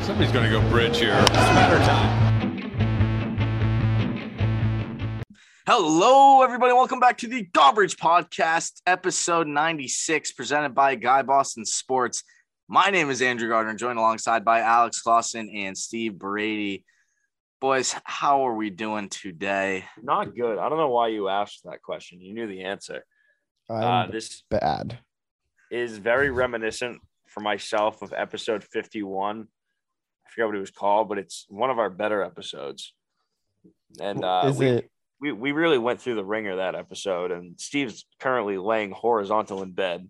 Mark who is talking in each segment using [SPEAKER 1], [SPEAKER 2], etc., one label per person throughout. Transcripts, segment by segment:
[SPEAKER 1] Somebody's going to go bridge here. Smatter time.
[SPEAKER 2] Hello, everybody. Welcome back to the Garbage Podcast, episode 96, presented by Guy Boston Sports. My name is Andrew Gardner, joined alongside by Alex Clausen and Steve Brady. Boys, how are we doing today?
[SPEAKER 3] Not good. I don't know why you asked that question. You knew the answer. Uh,
[SPEAKER 4] I'm
[SPEAKER 3] this
[SPEAKER 4] bad.
[SPEAKER 3] is very reminiscent for myself of episode 51. I forget what it was called, but it's one of our better episodes. And uh,
[SPEAKER 4] is
[SPEAKER 3] we,
[SPEAKER 4] it?
[SPEAKER 3] we, we really went through the ringer that episode, and Steve's currently laying horizontal in bed.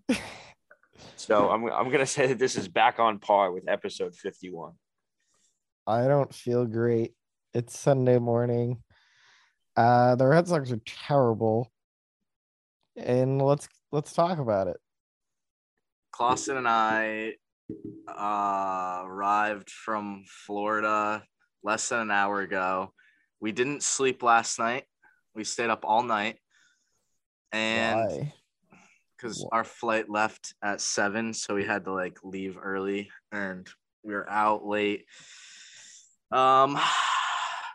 [SPEAKER 3] so I'm, I'm going to say that this is back on par with episode 51.
[SPEAKER 4] I don't feel great. It's Sunday morning. Uh, the Red Sox are terrible, and let's let's talk about it.
[SPEAKER 2] Clausen and I uh, arrived from Florida less than an hour ago. We didn't sleep last night. We stayed up all night. And
[SPEAKER 4] Why?
[SPEAKER 2] because
[SPEAKER 4] Wha-
[SPEAKER 2] our flight left at seven, so we had to like leave early and we were out late. Um,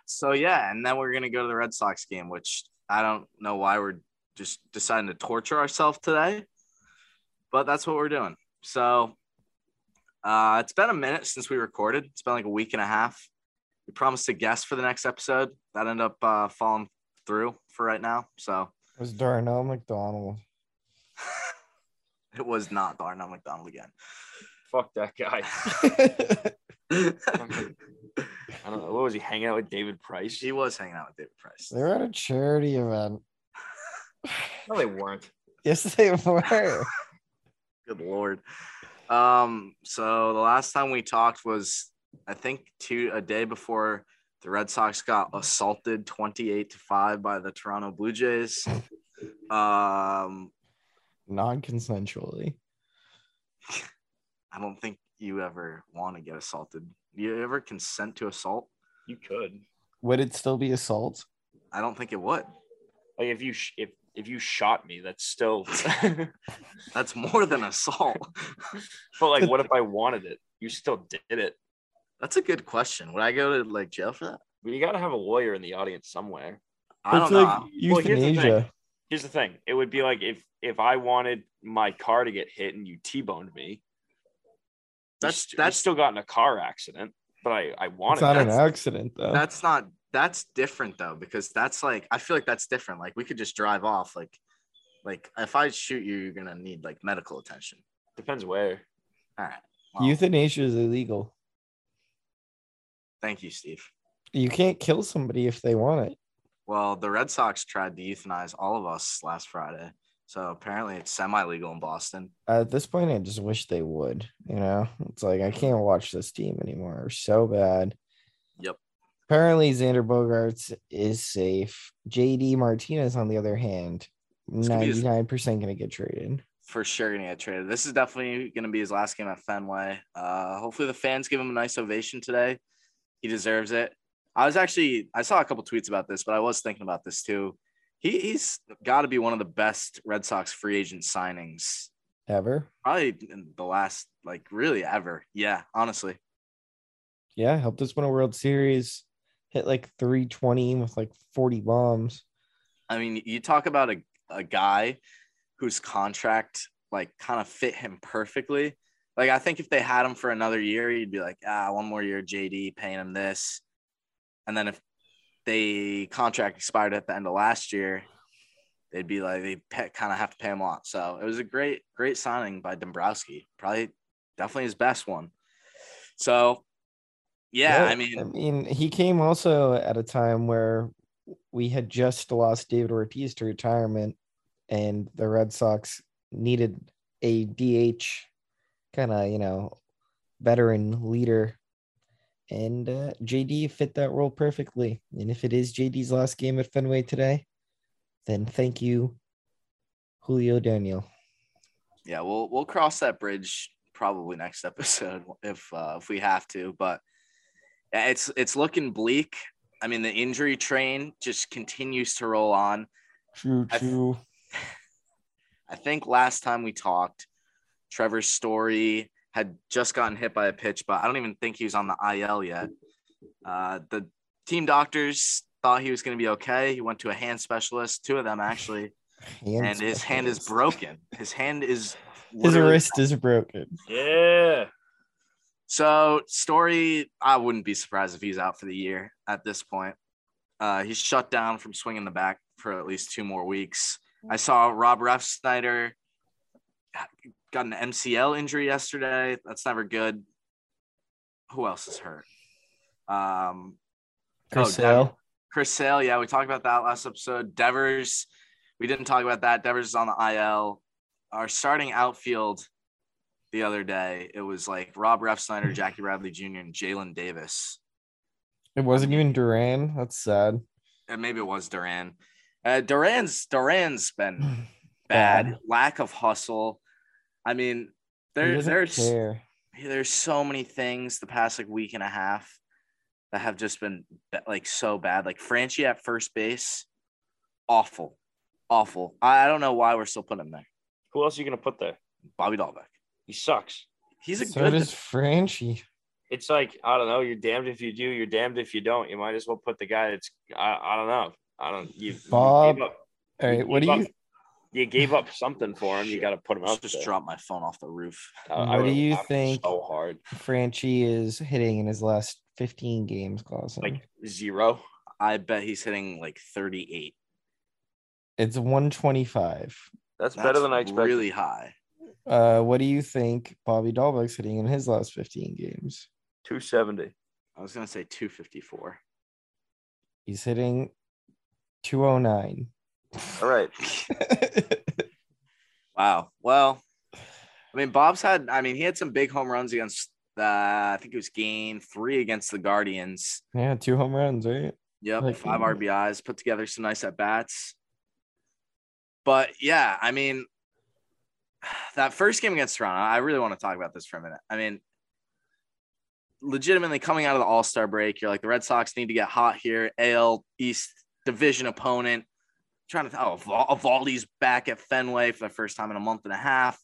[SPEAKER 2] so yeah, and then we're gonna go to the Red Sox game, which I don't know why we're just deciding to torture ourselves today, but that's what we're doing. So, uh, it's been a minute since we recorded. It's been like a week and a half. We promised a guest for the next episode. That ended up uh, falling through for right now. So
[SPEAKER 4] It was Darnell McDonald.
[SPEAKER 2] it was not Darnell McDonald again.
[SPEAKER 3] Fuck that guy. I don't know. What was he hanging out with David Price?
[SPEAKER 2] he was hanging out with David Price.
[SPEAKER 4] they were at a charity event.
[SPEAKER 3] No, they weren't.
[SPEAKER 4] Yes, they were.
[SPEAKER 2] Good lord. Um, so the last time we talked was I think two a day before the Red Sox got assaulted 28 to 5 by the Toronto Blue Jays. Um,
[SPEAKER 4] Non-consensually.
[SPEAKER 2] I don't think you ever want to get assaulted. You ever consent to assault?
[SPEAKER 3] You could.
[SPEAKER 4] Would it still be assault?
[SPEAKER 2] I don't think it would.
[SPEAKER 3] Like if you sh- if if you shot me, that's still.
[SPEAKER 2] That's more than assault.
[SPEAKER 3] But like, what if I wanted it? You still did it.
[SPEAKER 2] That's a good question. Would I go to like jail for that?
[SPEAKER 3] But you got to have a lawyer in the audience somewhere.
[SPEAKER 2] I
[SPEAKER 4] it's
[SPEAKER 2] don't
[SPEAKER 4] like
[SPEAKER 2] know.
[SPEAKER 3] Well, here's the thing.
[SPEAKER 4] euthanasia.
[SPEAKER 3] Here's the thing: it would be like if if I wanted my car to get hit and you T-boned me.
[SPEAKER 2] That's-
[SPEAKER 3] That's
[SPEAKER 2] that's-
[SPEAKER 3] that's still got in a car accident, but I I wanted.
[SPEAKER 4] it's not
[SPEAKER 3] that.
[SPEAKER 4] an accident though.
[SPEAKER 2] that's not that's different though because that's like i feel like that's different like we could just drive off like like if i shoot you you're gonna need like medical attention
[SPEAKER 3] Depends where.
[SPEAKER 2] all right well,
[SPEAKER 4] euthanasia is illegal.
[SPEAKER 2] thank you steve
[SPEAKER 4] You can't kill somebody if they want it.
[SPEAKER 2] well the red sox tried to euthanize all of us last friday so apparently it's semi-legal in boston
[SPEAKER 4] at this point, I just wish they would. You know, it's like I can't watch this team anymore. They're so bad.
[SPEAKER 2] Yep.
[SPEAKER 4] Apparently, Xander Bogarts is safe. JD Martinez, on the other hand,
[SPEAKER 2] gonna be his-
[SPEAKER 4] ninety-nine percent going to get traded.
[SPEAKER 2] for sure gonna get traded this is definitely gonna be his last game at fenway uh hopefully the fans give him a nice ovation today he deserves it i was actually i saw a couple tweets about this but i was thinking about this too he, he's got to be one of the best red sox free agent signings
[SPEAKER 4] Ever?
[SPEAKER 2] probably in the last like really ever yeah honestly
[SPEAKER 4] Yeah, helped us win a World Series. Hit like three twenty with like forty bombs.
[SPEAKER 2] i mean you talk about a, a guy whose contract like kind of fit him perfectly like i think if they had him for another year you'd be like ah one more year jd paying him this and then if they contract expired at the end of last year they'd be like they kind of have to pay him a lot so it was a great great signing by dombrowski probably definitely his best one so yeah, i mean
[SPEAKER 4] I mean, he came also at a time where we had just lost David Ortiz to retirement, and the Red Sox needed a DH kind of, you know, veteran leader. And uh, JD fit that role perfectly. And if it is JD's last game at Fenway today, then thank you, Julio Daniel.
[SPEAKER 2] yeah we'll we'll cross that bridge probably next episode if uh, if we have to but yeah, it's it's looking bleak i mean the injury train just continues to roll on
[SPEAKER 4] True,
[SPEAKER 2] I-
[SPEAKER 4] true.
[SPEAKER 2] i think last time we talked trevor's story had just gotten hit by a pitch, but I don't even think he was on the IL yet. Uh, the team doctors thought he was going to be okay. He went to a hand specialist, two of them actually,
[SPEAKER 4] Hand
[SPEAKER 2] and his hand is
[SPEAKER 4] specialist.
[SPEAKER 2] broken. His hand is
[SPEAKER 4] His
[SPEAKER 2] literally-
[SPEAKER 4] wrist is broken.
[SPEAKER 3] Yeah.
[SPEAKER 2] So Story, I wouldn't be surprised if he's out for the year at this point. Uh, he's shut down from swinging the back for at least two more weeks. I saw Rob Ref Snyder got an MCL injury yesterday. That's never good. Who else is hurt? Um, Oh,
[SPEAKER 4] Chris
[SPEAKER 2] Devin-
[SPEAKER 4] Sale.
[SPEAKER 2] Chris Sale, yeah, we talked about that last episode. Devers, we didn't talk about that. Devers is on the IL. Our starting outfield the other day, it was like Rob
[SPEAKER 4] Hmm.
[SPEAKER 2] Refsnyder, Jackie Bradley Jr., and Jalen Davis.
[SPEAKER 4] It wasn't even Duran. That's sad.
[SPEAKER 2] And maybe it was Duran. Uh, Duran's Duran's
[SPEAKER 4] Hmm.
[SPEAKER 2] been bad. Lack of hustle. I mean,
[SPEAKER 4] He
[SPEAKER 2] there,
[SPEAKER 4] doesn't
[SPEAKER 2] there's
[SPEAKER 4] care.
[SPEAKER 2] there's so many things the past like week and a half that have just been like so bad. Like Franchi at first base, awful, awful. I, I don't know why we're still putting him there.
[SPEAKER 3] Who else are you gonna put there?
[SPEAKER 2] Bobby Dahlbeck.
[SPEAKER 3] He sucks.
[SPEAKER 2] He's a
[SPEAKER 4] So
[SPEAKER 2] good.
[SPEAKER 4] does Franchi.
[SPEAKER 3] It's like I don't know. You're damned if you do. You're damned if you don't. You might as well put the guy that's I, I don't know. I don't. You, you
[SPEAKER 4] Bob.
[SPEAKER 3] gave up.
[SPEAKER 4] All right, what do
[SPEAKER 3] Bob-
[SPEAKER 4] you
[SPEAKER 3] You gave up something for him. You got to put him
[SPEAKER 2] I
[SPEAKER 3] out.
[SPEAKER 2] just
[SPEAKER 3] there.
[SPEAKER 2] dropped my phone off the roof.
[SPEAKER 3] I- I
[SPEAKER 4] What do
[SPEAKER 3] would've
[SPEAKER 4] you
[SPEAKER 3] laughed
[SPEAKER 4] think-
[SPEAKER 3] So hard.
[SPEAKER 4] Franchi is hitting in his last 15 games, Clausen?
[SPEAKER 3] Like
[SPEAKER 2] Mm.
[SPEAKER 3] zero.
[SPEAKER 2] I bet he's hitting like 38.
[SPEAKER 4] it's 125.
[SPEAKER 3] That's, better than I expected.
[SPEAKER 2] Really high.
[SPEAKER 4] Uh, what do you think Bobby Dahlbeck's hitting in his last 15 games?
[SPEAKER 3] Two seventy.
[SPEAKER 2] I was gonna say 254.
[SPEAKER 4] He's hitting 209.
[SPEAKER 3] All right.
[SPEAKER 2] Wow. Well, I mean, Bob's had, I mean, he had some big home runs against, uh, I think it was game three against the Guardians.
[SPEAKER 4] yeah, two home runs, right?
[SPEAKER 2] Yep.
[SPEAKER 4] Like,
[SPEAKER 2] five
[SPEAKER 4] yeah.
[SPEAKER 2] RBIs, put together some nice at bats. But yeah, I mean, that first game against Toronto, I really want to talk about this for a minute. I mean, legitimately coming out of the All Star break, you're like, the Red Sox need to get hot here. AL East division opponent. Trying to, oh, Val- Evaldi's back at Fenway for the first time in a month and a half.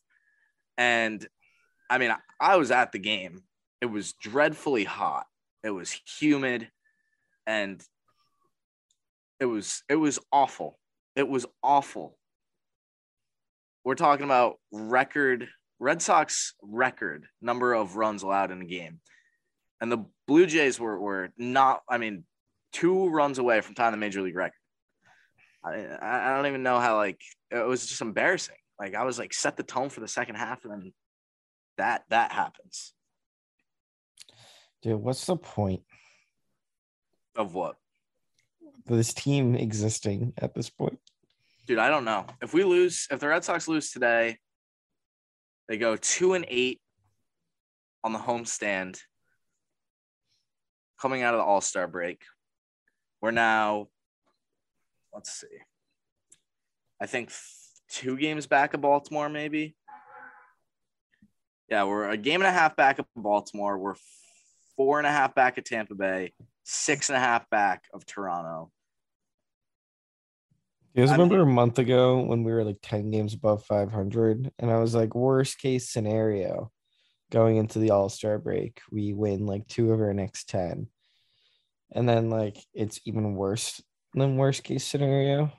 [SPEAKER 2] And I mean, I, I was at the game. It was dreadfully hot, it was humid, and it was it was awful. It was awful. We're talking about record Red Sox record number of runs allowed in a game. And the Blue Jays were were not, I mean, two runs away from tying the major league record. I, I I don't even know how like it was just embarrassing. Like I was like set the tone for the second half and then that that happens.
[SPEAKER 4] Dude, what's the point
[SPEAKER 2] Of what?
[SPEAKER 4] of this team existing at this point?
[SPEAKER 2] Dude, I don't know. If we lose, if the Red Sox lose today, they go two and eight on the homestand coming out of the All Star break. We're now, let's see, I think two games back of Baltimore, maybe. Yeah, we're a game and a half back of Baltimore. We're four and a half back of Tampa Bay, six and a half back of Toronto.
[SPEAKER 4] You guys
[SPEAKER 2] I
[SPEAKER 4] remember a month ago when we were like 10 games above 500? And I was like, worst case scenario going into the All Star break, we win like two of our next 10. And then, like, it's even worse than worst case scenario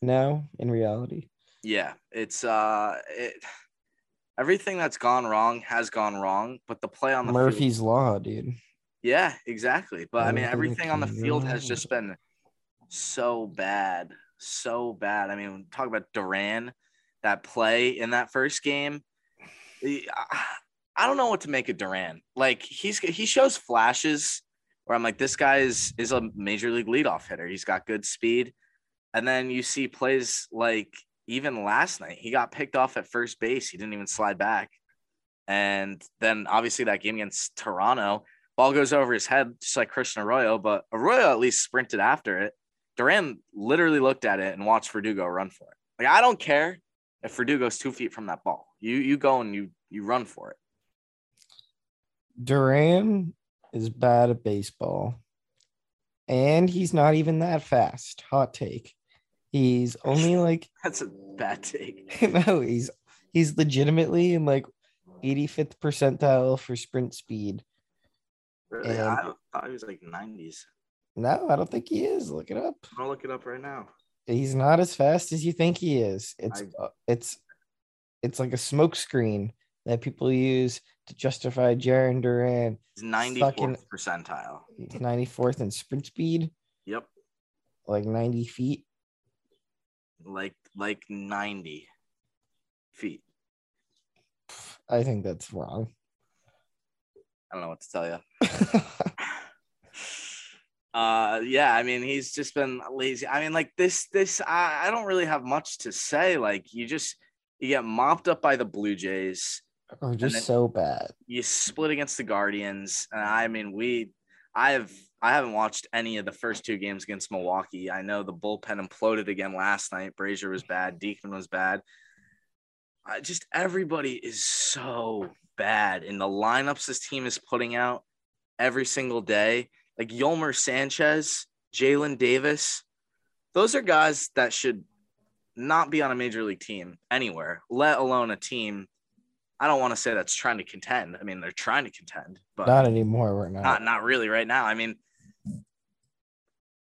[SPEAKER 4] now in reality.
[SPEAKER 2] yeah it's uh it everything that's gone wrong has gone wrong but the play on the field,
[SPEAKER 4] Murphy's Law, dude.
[SPEAKER 2] yeah exactly but i mean
[SPEAKER 4] Everything that
[SPEAKER 2] everything on the
[SPEAKER 4] can
[SPEAKER 2] field
[SPEAKER 4] go
[SPEAKER 2] has just been so bad so bad i mean talk about duran that play in that first game The- I- i don't know what to make of duran like he's he shows flashes where i'm like this guy is is a major league leadoff hitter he's got good speed and then you see plays like even last night, he got picked off at first base. He didn't even slide back. And then obviously that game against Toronto, ball goes over his head, just like Christian Arroyo, but Arroyo at least sprinted after it. Duran literally looked at it and watched Verdugo run for it. Like, I don't care if Verdugo's two feet from that ball. You you go and you you run for it.
[SPEAKER 4] Duran is bad at baseball. And he's not even that fast. Hot take. He's only like
[SPEAKER 2] That's a bad take.
[SPEAKER 4] no, he's he's legitimately in like 85th percentile for sprint speed.
[SPEAKER 2] Really?
[SPEAKER 4] And-
[SPEAKER 2] I thought he was like 90s.
[SPEAKER 4] No, I don't think he is. Look it up.
[SPEAKER 2] I'm gonna look it up right now.
[SPEAKER 4] He's not as fast as you think he is. It's
[SPEAKER 2] I-
[SPEAKER 4] uh, it's it's like a smokescreen that people use to justify Jaron Duran.
[SPEAKER 2] He's 94th
[SPEAKER 4] Fucking-
[SPEAKER 2] percentile.
[SPEAKER 4] He's 94th in sprint speed,
[SPEAKER 2] Yep,
[SPEAKER 4] like 90 feet.
[SPEAKER 2] like like 90 feet.
[SPEAKER 4] I think that's wrong.
[SPEAKER 2] I don't know what to tell you. Uh, yeah, I mean, he's just been lazy. I mean, like this, this, I, I don't really have much to say. Like, you just you get mopped up by the Blue Jays.
[SPEAKER 4] Or just
[SPEAKER 2] then-
[SPEAKER 4] so bad.
[SPEAKER 2] You split against the Guardians, and I mean, we, I've, I haven't watched any of the first two games against Milwaukee. I know the bullpen imploded again last night. Brazier was bad. Deacon was bad. I just everybody is so bad in the lineups this team is putting out every single day. Like Yolmer Sanchez, Jalen Davis, those are guys that should not be on a major league team anywhere, let alone a team. I don't want to say that's trying to contend. I mean, they're trying to contend, but
[SPEAKER 4] Not anymore. We're not.
[SPEAKER 2] not not really right now. I mean,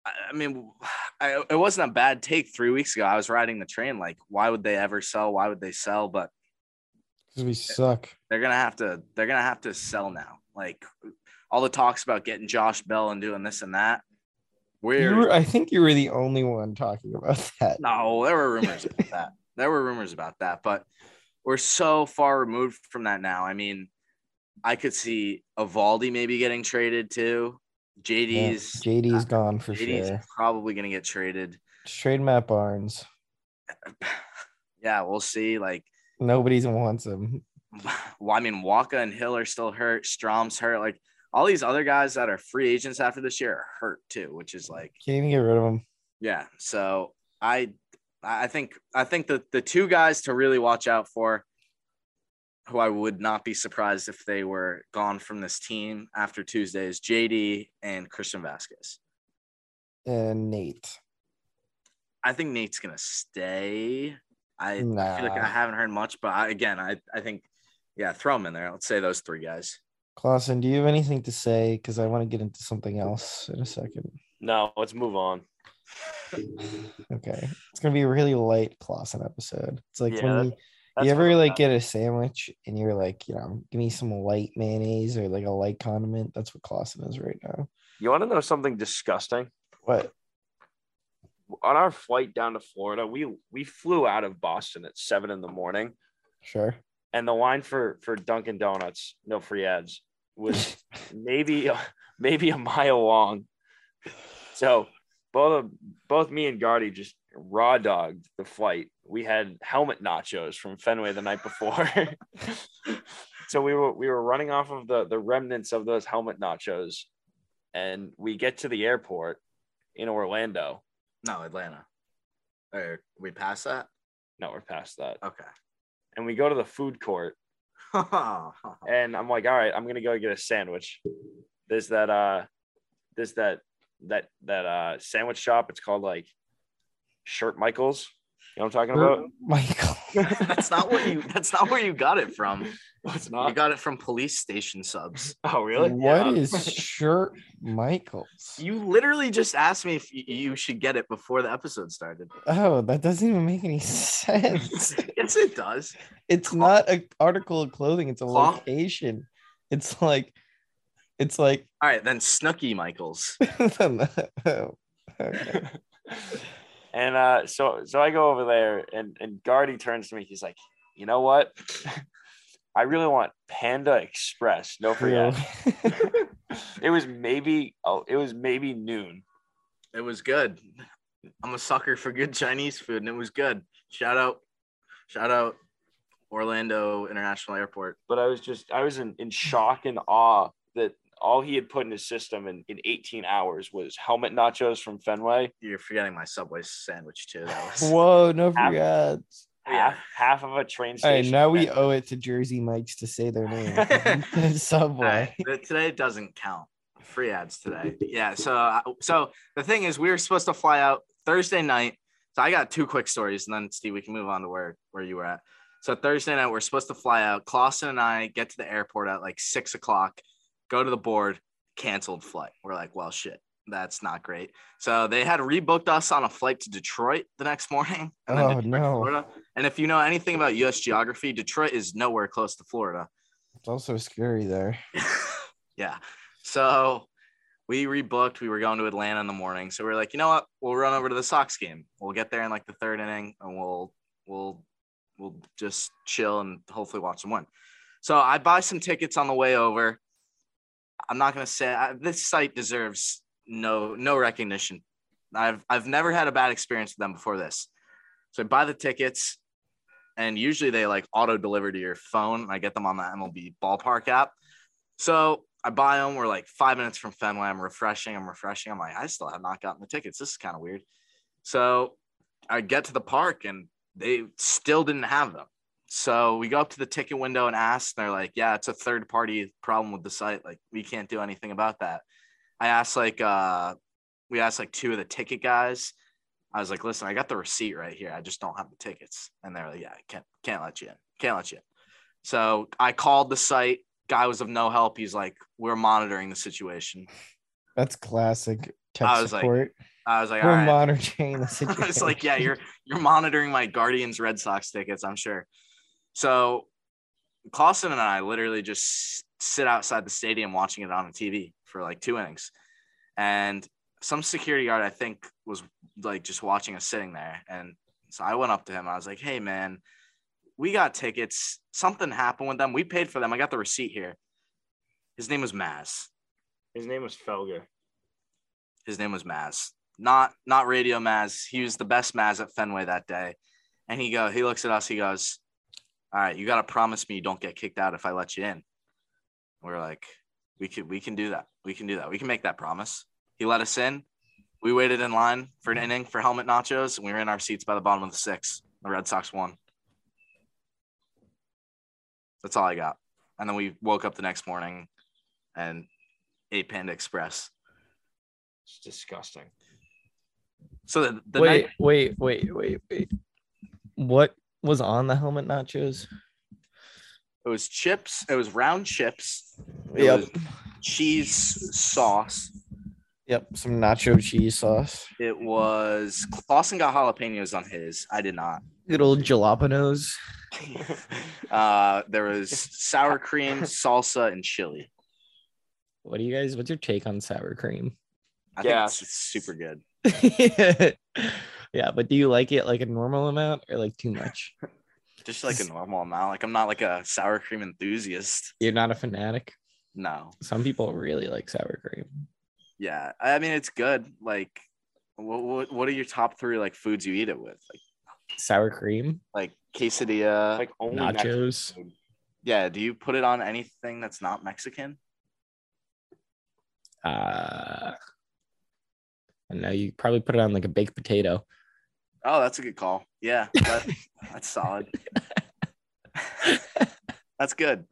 [SPEAKER 2] I, I mean, I, it wasn't a bad take three weeks ago. I was riding the train like, why would they ever sell? Why would they sell? But
[SPEAKER 4] 'cause we suck.
[SPEAKER 2] they're gonna have to they're gonna have to sell now. Like all the talks about getting Josh Bell and doing this and that.
[SPEAKER 4] You
[SPEAKER 2] We're
[SPEAKER 4] were, I think you were the only one talking about that.
[SPEAKER 2] no, there were rumors about that. There were rumors about that, but we're so far removed from that now. I mean, I could see Avaldi maybe getting traded too.
[SPEAKER 4] Yeah,
[SPEAKER 2] JD's
[SPEAKER 4] JD's gone for
[SPEAKER 2] JD's
[SPEAKER 4] sure.
[SPEAKER 2] probably gonna get traded.
[SPEAKER 4] Just Trade Matt Barnes.
[SPEAKER 2] yeah, we'll see. Like,
[SPEAKER 4] Nobody wants him.
[SPEAKER 2] well, I mean, Waka and Hill are still hurt. Strom's hurt. Like, all these other guys that are free agents after this year are hurt too, which is like,
[SPEAKER 4] Can't even get rid of him.
[SPEAKER 2] yeah. So I, I think, I think that the two guys to really watch out for, who I would not be surprised if they were gone from this team after Tuesday is JD and Christian Vasquez.
[SPEAKER 4] And Nate.
[SPEAKER 2] I think Nate's gonna stay.
[SPEAKER 4] Hmm.
[SPEAKER 2] I I feel like I
[SPEAKER 4] Nah.
[SPEAKER 2] haven't heard much, but I, again, I, I think, yeah, throw them in there. Let's say those three guys.
[SPEAKER 4] Clausen, do you have anything to say? Because I want to get into something else in a second.
[SPEAKER 3] No, let's move on.
[SPEAKER 4] Okay. It's gonna be a really light Clausen episode. It's like
[SPEAKER 3] Yeah,
[SPEAKER 4] when
[SPEAKER 3] that-
[SPEAKER 4] you,
[SPEAKER 3] That's
[SPEAKER 4] you ever
[SPEAKER 3] fine.
[SPEAKER 4] like get a sandwich and you're like, you know, give me some light mayonnaise or like a light condiment. That's what Clausen is right now.
[SPEAKER 3] You want to know something disgusting?
[SPEAKER 4] What?
[SPEAKER 3] On our flight down to Florida, we we flew out of Boston at seven in the morning,
[SPEAKER 4] Sure.
[SPEAKER 3] and the line for for Dunkin' Donuts, no free ads, was maybe maybe a mile long. So both of, both me and Gardy just raw dogged the flight. We had helmet nachos from Fenway the night before. so we were we were running off of the the remnants of those helmet nachos and we get to the airport in Orlando.
[SPEAKER 2] No, Atlanta. Or we pass that?
[SPEAKER 3] No, we're past that.
[SPEAKER 2] Okay.
[SPEAKER 3] And we go to the food court and I'm like, all right, I'm gonna go get a sandwich. There's that uh there's that that that uh sandwich shop. It's called like Shirt Michaels. You know what I'm talking about?
[SPEAKER 4] Michael.
[SPEAKER 2] that's not where you that's not where you got it from.
[SPEAKER 3] It's
[SPEAKER 2] You got it from police station subs.
[SPEAKER 3] Oh really?
[SPEAKER 4] What
[SPEAKER 3] Yeah.
[SPEAKER 4] is shirt Michaels?
[SPEAKER 2] You literally just asked me if y- you should get it before the episode started.
[SPEAKER 4] Oh, that doesn't even make any sense.
[SPEAKER 2] yes, it does.
[SPEAKER 4] It's not an article of clothing, it's a
[SPEAKER 2] Cloth?
[SPEAKER 4] location. It's like it's like oh,
[SPEAKER 2] All right, then Snooky Michaels.
[SPEAKER 4] okay.
[SPEAKER 3] and uh so so I go over there and and Gardy turns to me, he's like, you know what? I really want Panda Express. No free
[SPEAKER 4] Real.
[SPEAKER 3] ad. It was maybe oh it was maybe noon.
[SPEAKER 2] It was good. I'm a sucker for good Chinese food, and it was good. Shout out, shout out, Orlando International Airport.
[SPEAKER 3] but I was just I was in, in shock and awe that all he had put in his system in, in 18 hours was helmet nachos from Fenway.
[SPEAKER 2] You're forgetting my Subway sandwich too. That was
[SPEAKER 4] Whoa, no
[SPEAKER 3] Half-
[SPEAKER 4] free ads.
[SPEAKER 3] Half, half of a train
[SPEAKER 4] All right,
[SPEAKER 3] station.
[SPEAKER 4] now we owe it to Jersey Mike's to say their name. Subway.
[SPEAKER 2] Alright, but today doesn't count. Free ads today. Yeah. So, I- so the thing is, we were supposed to fly out Thursday night. So I got two quick stories, and then Steve, we can move on to where where you were at. So Thursday night, we're supposed to fly out. Clausen and I get to the airport at like six o'clock, go to the board, canceled flight. We're like, well, shit, that's not great. So they had rebooked us on a flight to Detroit the next morning. And then
[SPEAKER 4] Oh,
[SPEAKER 2] Detroit,
[SPEAKER 4] no.
[SPEAKER 2] Florida. And if you know anything about U.S. geography, Detroit is nowhere close to Florida.
[SPEAKER 4] It's also scary there.
[SPEAKER 2] yeah. So we rebooked. We were going to Atlanta in the morning. So we are like, you know what? We'll run over to the Sox game. We'll get there in like the third inning and we'll we'll we'll just chill and hopefully watch them win. So I buy some tickets on the way over. I'm not gonna say I, this site deserves no no recognition. I've I've never had a bad experience with them before this. So I buy the tickets, and usually they like auto deliver to your phone. And I get them on the MLB Ballpark app. So I buy them. We're like five minutes from Fenway. I'm refreshing. I'm refreshing. I'm like, I still have not gotten the tickets. This is kind of weird. So I get to the park and they still didn't have them. So we go up to the ticket window and ask, and they're like, Yeah, it's a third party problem with the site. Like, we can't do anything about that. I asked, like, uh, we asked like two of the ticket guys. I was like, listen, I got the receipt right here. I just don't have the tickets. And they're like, yeah, can't can't let you in. Can't let you in. So I called the site guy was of no help. He's like, we're monitoring the situation.
[SPEAKER 4] That's classic tech
[SPEAKER 2] I was like,
[SPEAKER 4] support.
[SPEAKER 2] I was like, all
[SPEAKER 4] We're
[SPEAKER 2] right.
[SPEAKER 4] monitoring the situation.
[SPEAKER 2] I was like, yeah, you're you're monitoring my Guardians Red Sox tickets, I'm sure. So Clausen and I literally just sit outside the stadium watching it on a TV for like two innings. And some security guard, I think, was like just watching us sitting there. And so I went up to him. I was like, hey man, we got tickets. Something happened with them. We paid for them. I got the receipt here. His name was Maz.
[SPEAKER 3] His name was Felger.
[SPEAKER 2] His name was Maz. Not not Radio Maz. He was the best Maz at Fenway that day. And he go he looks at us, he goes, All right, you gotta promise me you don't get kicked out if I let you in. We're like, we could we can do that. We can do that. We can make that promise. He let us in. We waited in line for an inning for helmet nachos, and we were in our seats by the bottom of the six. The Red Sox won. That's all I got. And then we woke up the next morning and ate Panda Express.
[SPEAKER 3] It's disgusting.
[SPEAKER 2] So the, the
[SPEAKER 4] wait,
[SPEAKER 2] night
[SPEAKER 4] wait, wait, wait, wait. What was on the helmet nachos?
[SPEAKER 2] it was chips. It was round chips. It
[SPEAKER 4] Yep.
[SPEAKER 2] was cheese sauce.
[SPEAKER 4] Yep. Some nacho cheese sauce.
[SPEAKER 2] It was Clausen got jalapenos on his. I did not.
[SPEAKER 4] Good old jalapenos.
[SPEAKER 2] Uh, there was sour cream, salsa, and chili.
[SPEAKER 4] What do you guys? What's your take on sour cream?
[SPEAKER 2] I
[SPEAKER 3] Gas.
[SPEAKER 2] think it's super good.
[SPEAKER 4] yeah, but do you like it like a normal amount or like too much?
[SPEAKER 2] Just like a normal amount. Like I'm not like a sour cream enthusiast.
[SPEAKER 4] You're not a fanatic.
[SPEAKER 2] No.
[SPEAKER 4] Some people really like sour cream.
[SPEAKER 2] Yeah. I mean, it's good. Like, what what, what are your top three like foods you eat it with?
[SPEAKER 4] Sour cream,
[SPEAKER 2] Like like quesadilla.
[SPEAKER 3] Like only Mexican
[SPEAKER 4] nachos.
[SPEAKER 3] food.
[SPEAKER 2] yeah. Do you put it on anything that's not Mexican?
[SPEAKER 4] Uh, I know you probably put it on like a baked potato.
[SPEAKER 2] Oh, that's a good call. Yeah, that- that's solid. that's good.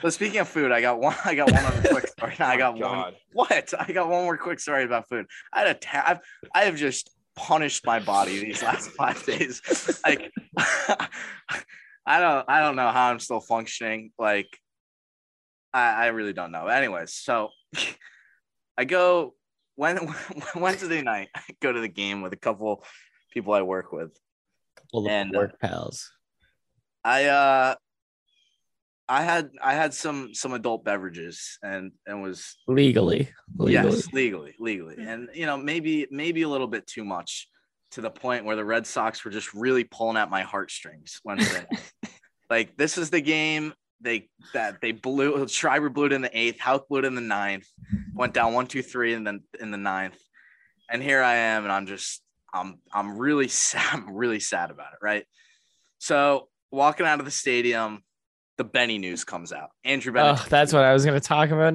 [SPEAKER 2] So speaking of food, I got one. I got one other quick story. I got one.
[SPEAKER 3] Oh God.
[SPEAKER 2] What? I got one more quick story about food. I had a ta- I've, I have just punished my body these last five days. Like, I don't. I don't know how I'm still functioning. Like, I, I really don't know. Anyways, so I go when Wednesday night. I go to the game with a couple people I work with.
[SPEAKER 4] All the
[SPEAKER 2] And, uh,
[SPEAKER 4] work pals.
[SPEAKER 2] I uh I had I had some some adult beverages and and was
[SPEAKER 4] Legally. Legally.
[SPEAKER 2] yes legally legally and you know maybe maybe a little bit too much to the point where the Red Sox were just really pulling at my heartstrings Wednesday night. like this is the game they that they blew Schreiber blew it in the eighth Houck blew it in the ninth went down one two three and then in the ninth and here I am and I'm just I'm I'm really sad I'm really sad about it right so walking out of the stadium the Benny news comes out Andrew Benny
[SPEAKER 4] Oh, that's what I was gonna talk about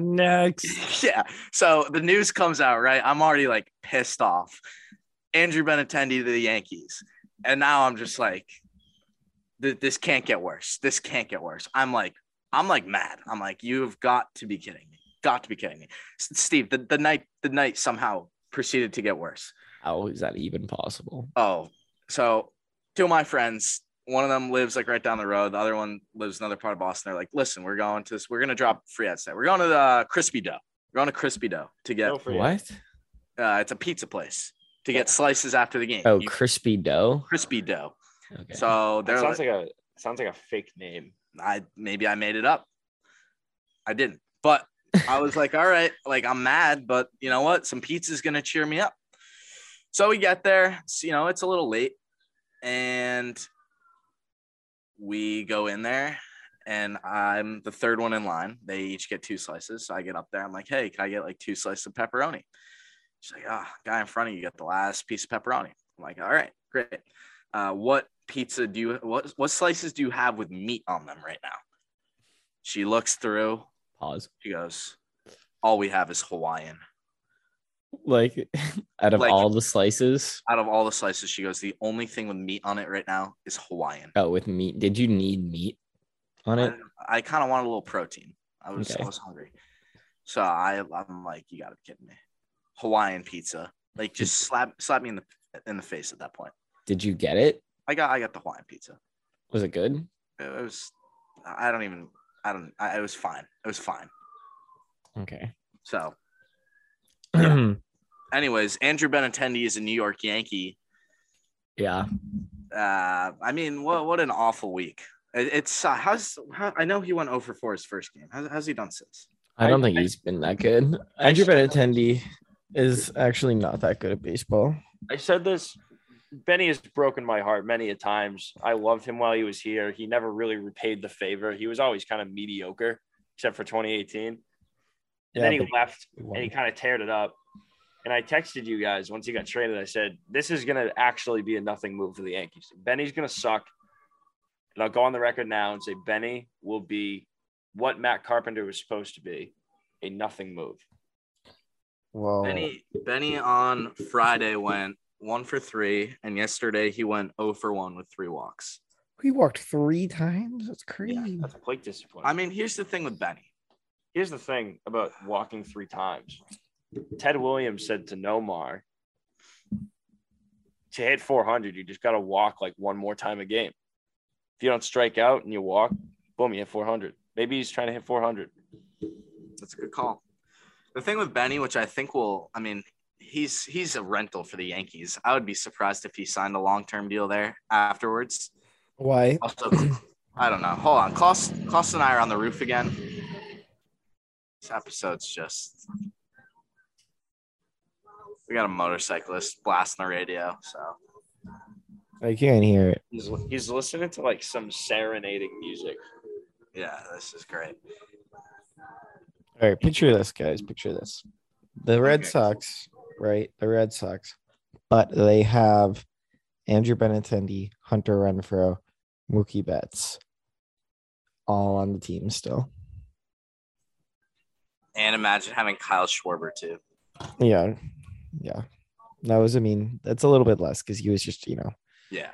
[SPEAKER 4] next.
[SPEAKER 2] yeah. So the news comes out, right? I'm already like pissed off. Andrew Benatendi to the Yankees. And now I'm just like, th- this can't get worse. This can't get worse. I'm like, I'm like mad. I'm like, you've got to be kidding me. Got to be kidding me. S- Steve, the, the night, the night somehow
[SPEAKER 5] Oh,
[SPEAKER 2] proceeded to get worse.
[SPEAKER 4] How is that even possible?
[SPEAKER 2] Oh, so two of my friends one of them lives like right down the road. The other one lives another part of Boston. They're like, listen, we're going to this. We're gonna drop free ad set. We're going to the uh, crispy dough. We're going to crispy dough to get.
[SPEAKER 3] No free ads.
[SPEAKER 5] What?
[SPEAKER 2] Uh, it's a pizza place to get slices after the game.
[SPEAKER 5] Oh,
[SPEAKER 2] You-
[SPEAKER 5] crispy dough.
[SPEAKER 2] crispy dough.
[SPEAKER 5] Okay.
[SPEAKER 2] So
[SPEAKER 3] That
[SPEAKER 2] they're
[SPEAKER 3] sounds
[SPEAKER 2] like,
[SPEAKER 3] like a sounds like a fake name.
[SPEAKER 2] I maybe I made it up. I didn't, but I was like, all right, like I'm mad, but you know what? Some pizza's gonna cheer me up. So we get there. It's, you know, it's a little late, and we go in there, and I'm the third one in line. They each get two slices. So I get up there. I'm like, hey, can I get like two slices of pepperoni? She's like, ah, guy in front of you got the last piece of pepperoni. I'm like, all right, great. Uh, what pizza do you what what slices do you have with meat on them right now? She looks through.
[SPEAKER 5] Pause.
[SPEAKER 2] She goes, all we have is Hawaiian.
[SPEAKER 5] Like, out of
[SPEAKER 2] Like-
[SPEAKER 5] all the slices.
[SPEAKER 2] Out of all the slices, she goes, the only thing with meat on it right now is Hawaiian.
[SPEAKER 5] Oh, with meat. Did you need meat on it?
[SPEAKER 2] I, kind of wanted a little protein. I was
[SPEAKER 5] Okay.
[SPEAKER 2] I was hungry, so I I'm like, you gotta be kidding me. Hawaiian pizza, like just slap slap me in the in the face at that point.
[SPEAKER 5] Did you get it?
[SPEAKER 2] I got I got the Hawaiian pizza.
[SPEAKER 5] Was it good?
[SPEAKER 2] It was I don't even I don't I, it was fine. It was fine.
[SPEAKER 5] Okay.
[SPEAKER 2] So anyways, Andrew Benintendi is a New York Yankee.
[SPEAKER 5] yeah.
[SPEAKER 2] Uh, I mean, what what an awful week. It, it's uh, how's how, I know he went over for his first game. How, how's he done since?
[SPEAKER 5] I don't
[SPEAKER 3] I-
[SPEAKER 5] think
[SPEAKER 3] I-
[SPEAKER 5] he's been that good. Andrew Benintendi is actually not that good at baseball.
[SPEAKER 3] I said this. Benny has broken my heart many a times. I loved him while he was here. He never really repaid the favor. He was always kind of mediocre, except for 2018. And then he
[SPEAKER 5] but
[SPEAKER 3] left
[SPEAKER 5] he
[SPEAKER 3] and he
[SPEAKER 5] won.
[SPEAKER 3] kind of teared it up. And I texted you guys once he got traded. I said, This is going to actually be a nothing move for the Yankees. Benny's going to suck. And I'll go on the record now and say, Benny will be what Matt Carpenter was supposed to be a nothing move.
[SPEAKER 4] Well,
[SPEAKER 2] Benny Benny on Friday went one for three, and yesterday he went 0 for one with three walks.
[SPEAKER 4] he walked three times. That's crazy.
[SPEAKER 3] That's a plate disappointment.
[SPEAKER 2] I mean, here's the thing with Benny.
[SPEAKER 3] Here's the thing about walking three times. Ted Williams said to Nomar, to hit 400, you just got to walk like one more time a game. If you don't strike out and you walk, boom, you hit 400. Maybe he's trying to hit 400.
[SPEAKER 2] That's a good call. The thing with Benny, which I think will, I mean, he's he's a rental for the Yankees. I would be surprised if he signed a long term deal there afterwards.
[SPEAKER 4] Why?
[SPEAKER 2] Also, I don't know. Hold on. Klaus, Klaus and I are on the roof again. This episode's just. We got a motorcyclist blasting the radio. So
[SPEAKER 4] I can't hear it.
[SPEAKER 3] He's, he's listening to like some serenading music.
[SPEAKER 2] yeah, this is great.
[SPEAKER 4] All right, picture this, guys. Picture this. The Red
[SPEAKER 2] Okay.
[SPEAKER 4] Sox, right? The Red Sox, but they have Andrew Benintendi, Hunter Renfro, Mookie Betts, all on the team still.
[SPEAKER 2] And imagine having Kyle Schwarber too.
[SPEAKER 4] Yeah, yeah. That was, I mean, that's a little bit less because he was just, you know,
[SPEAKER 2] Yeah.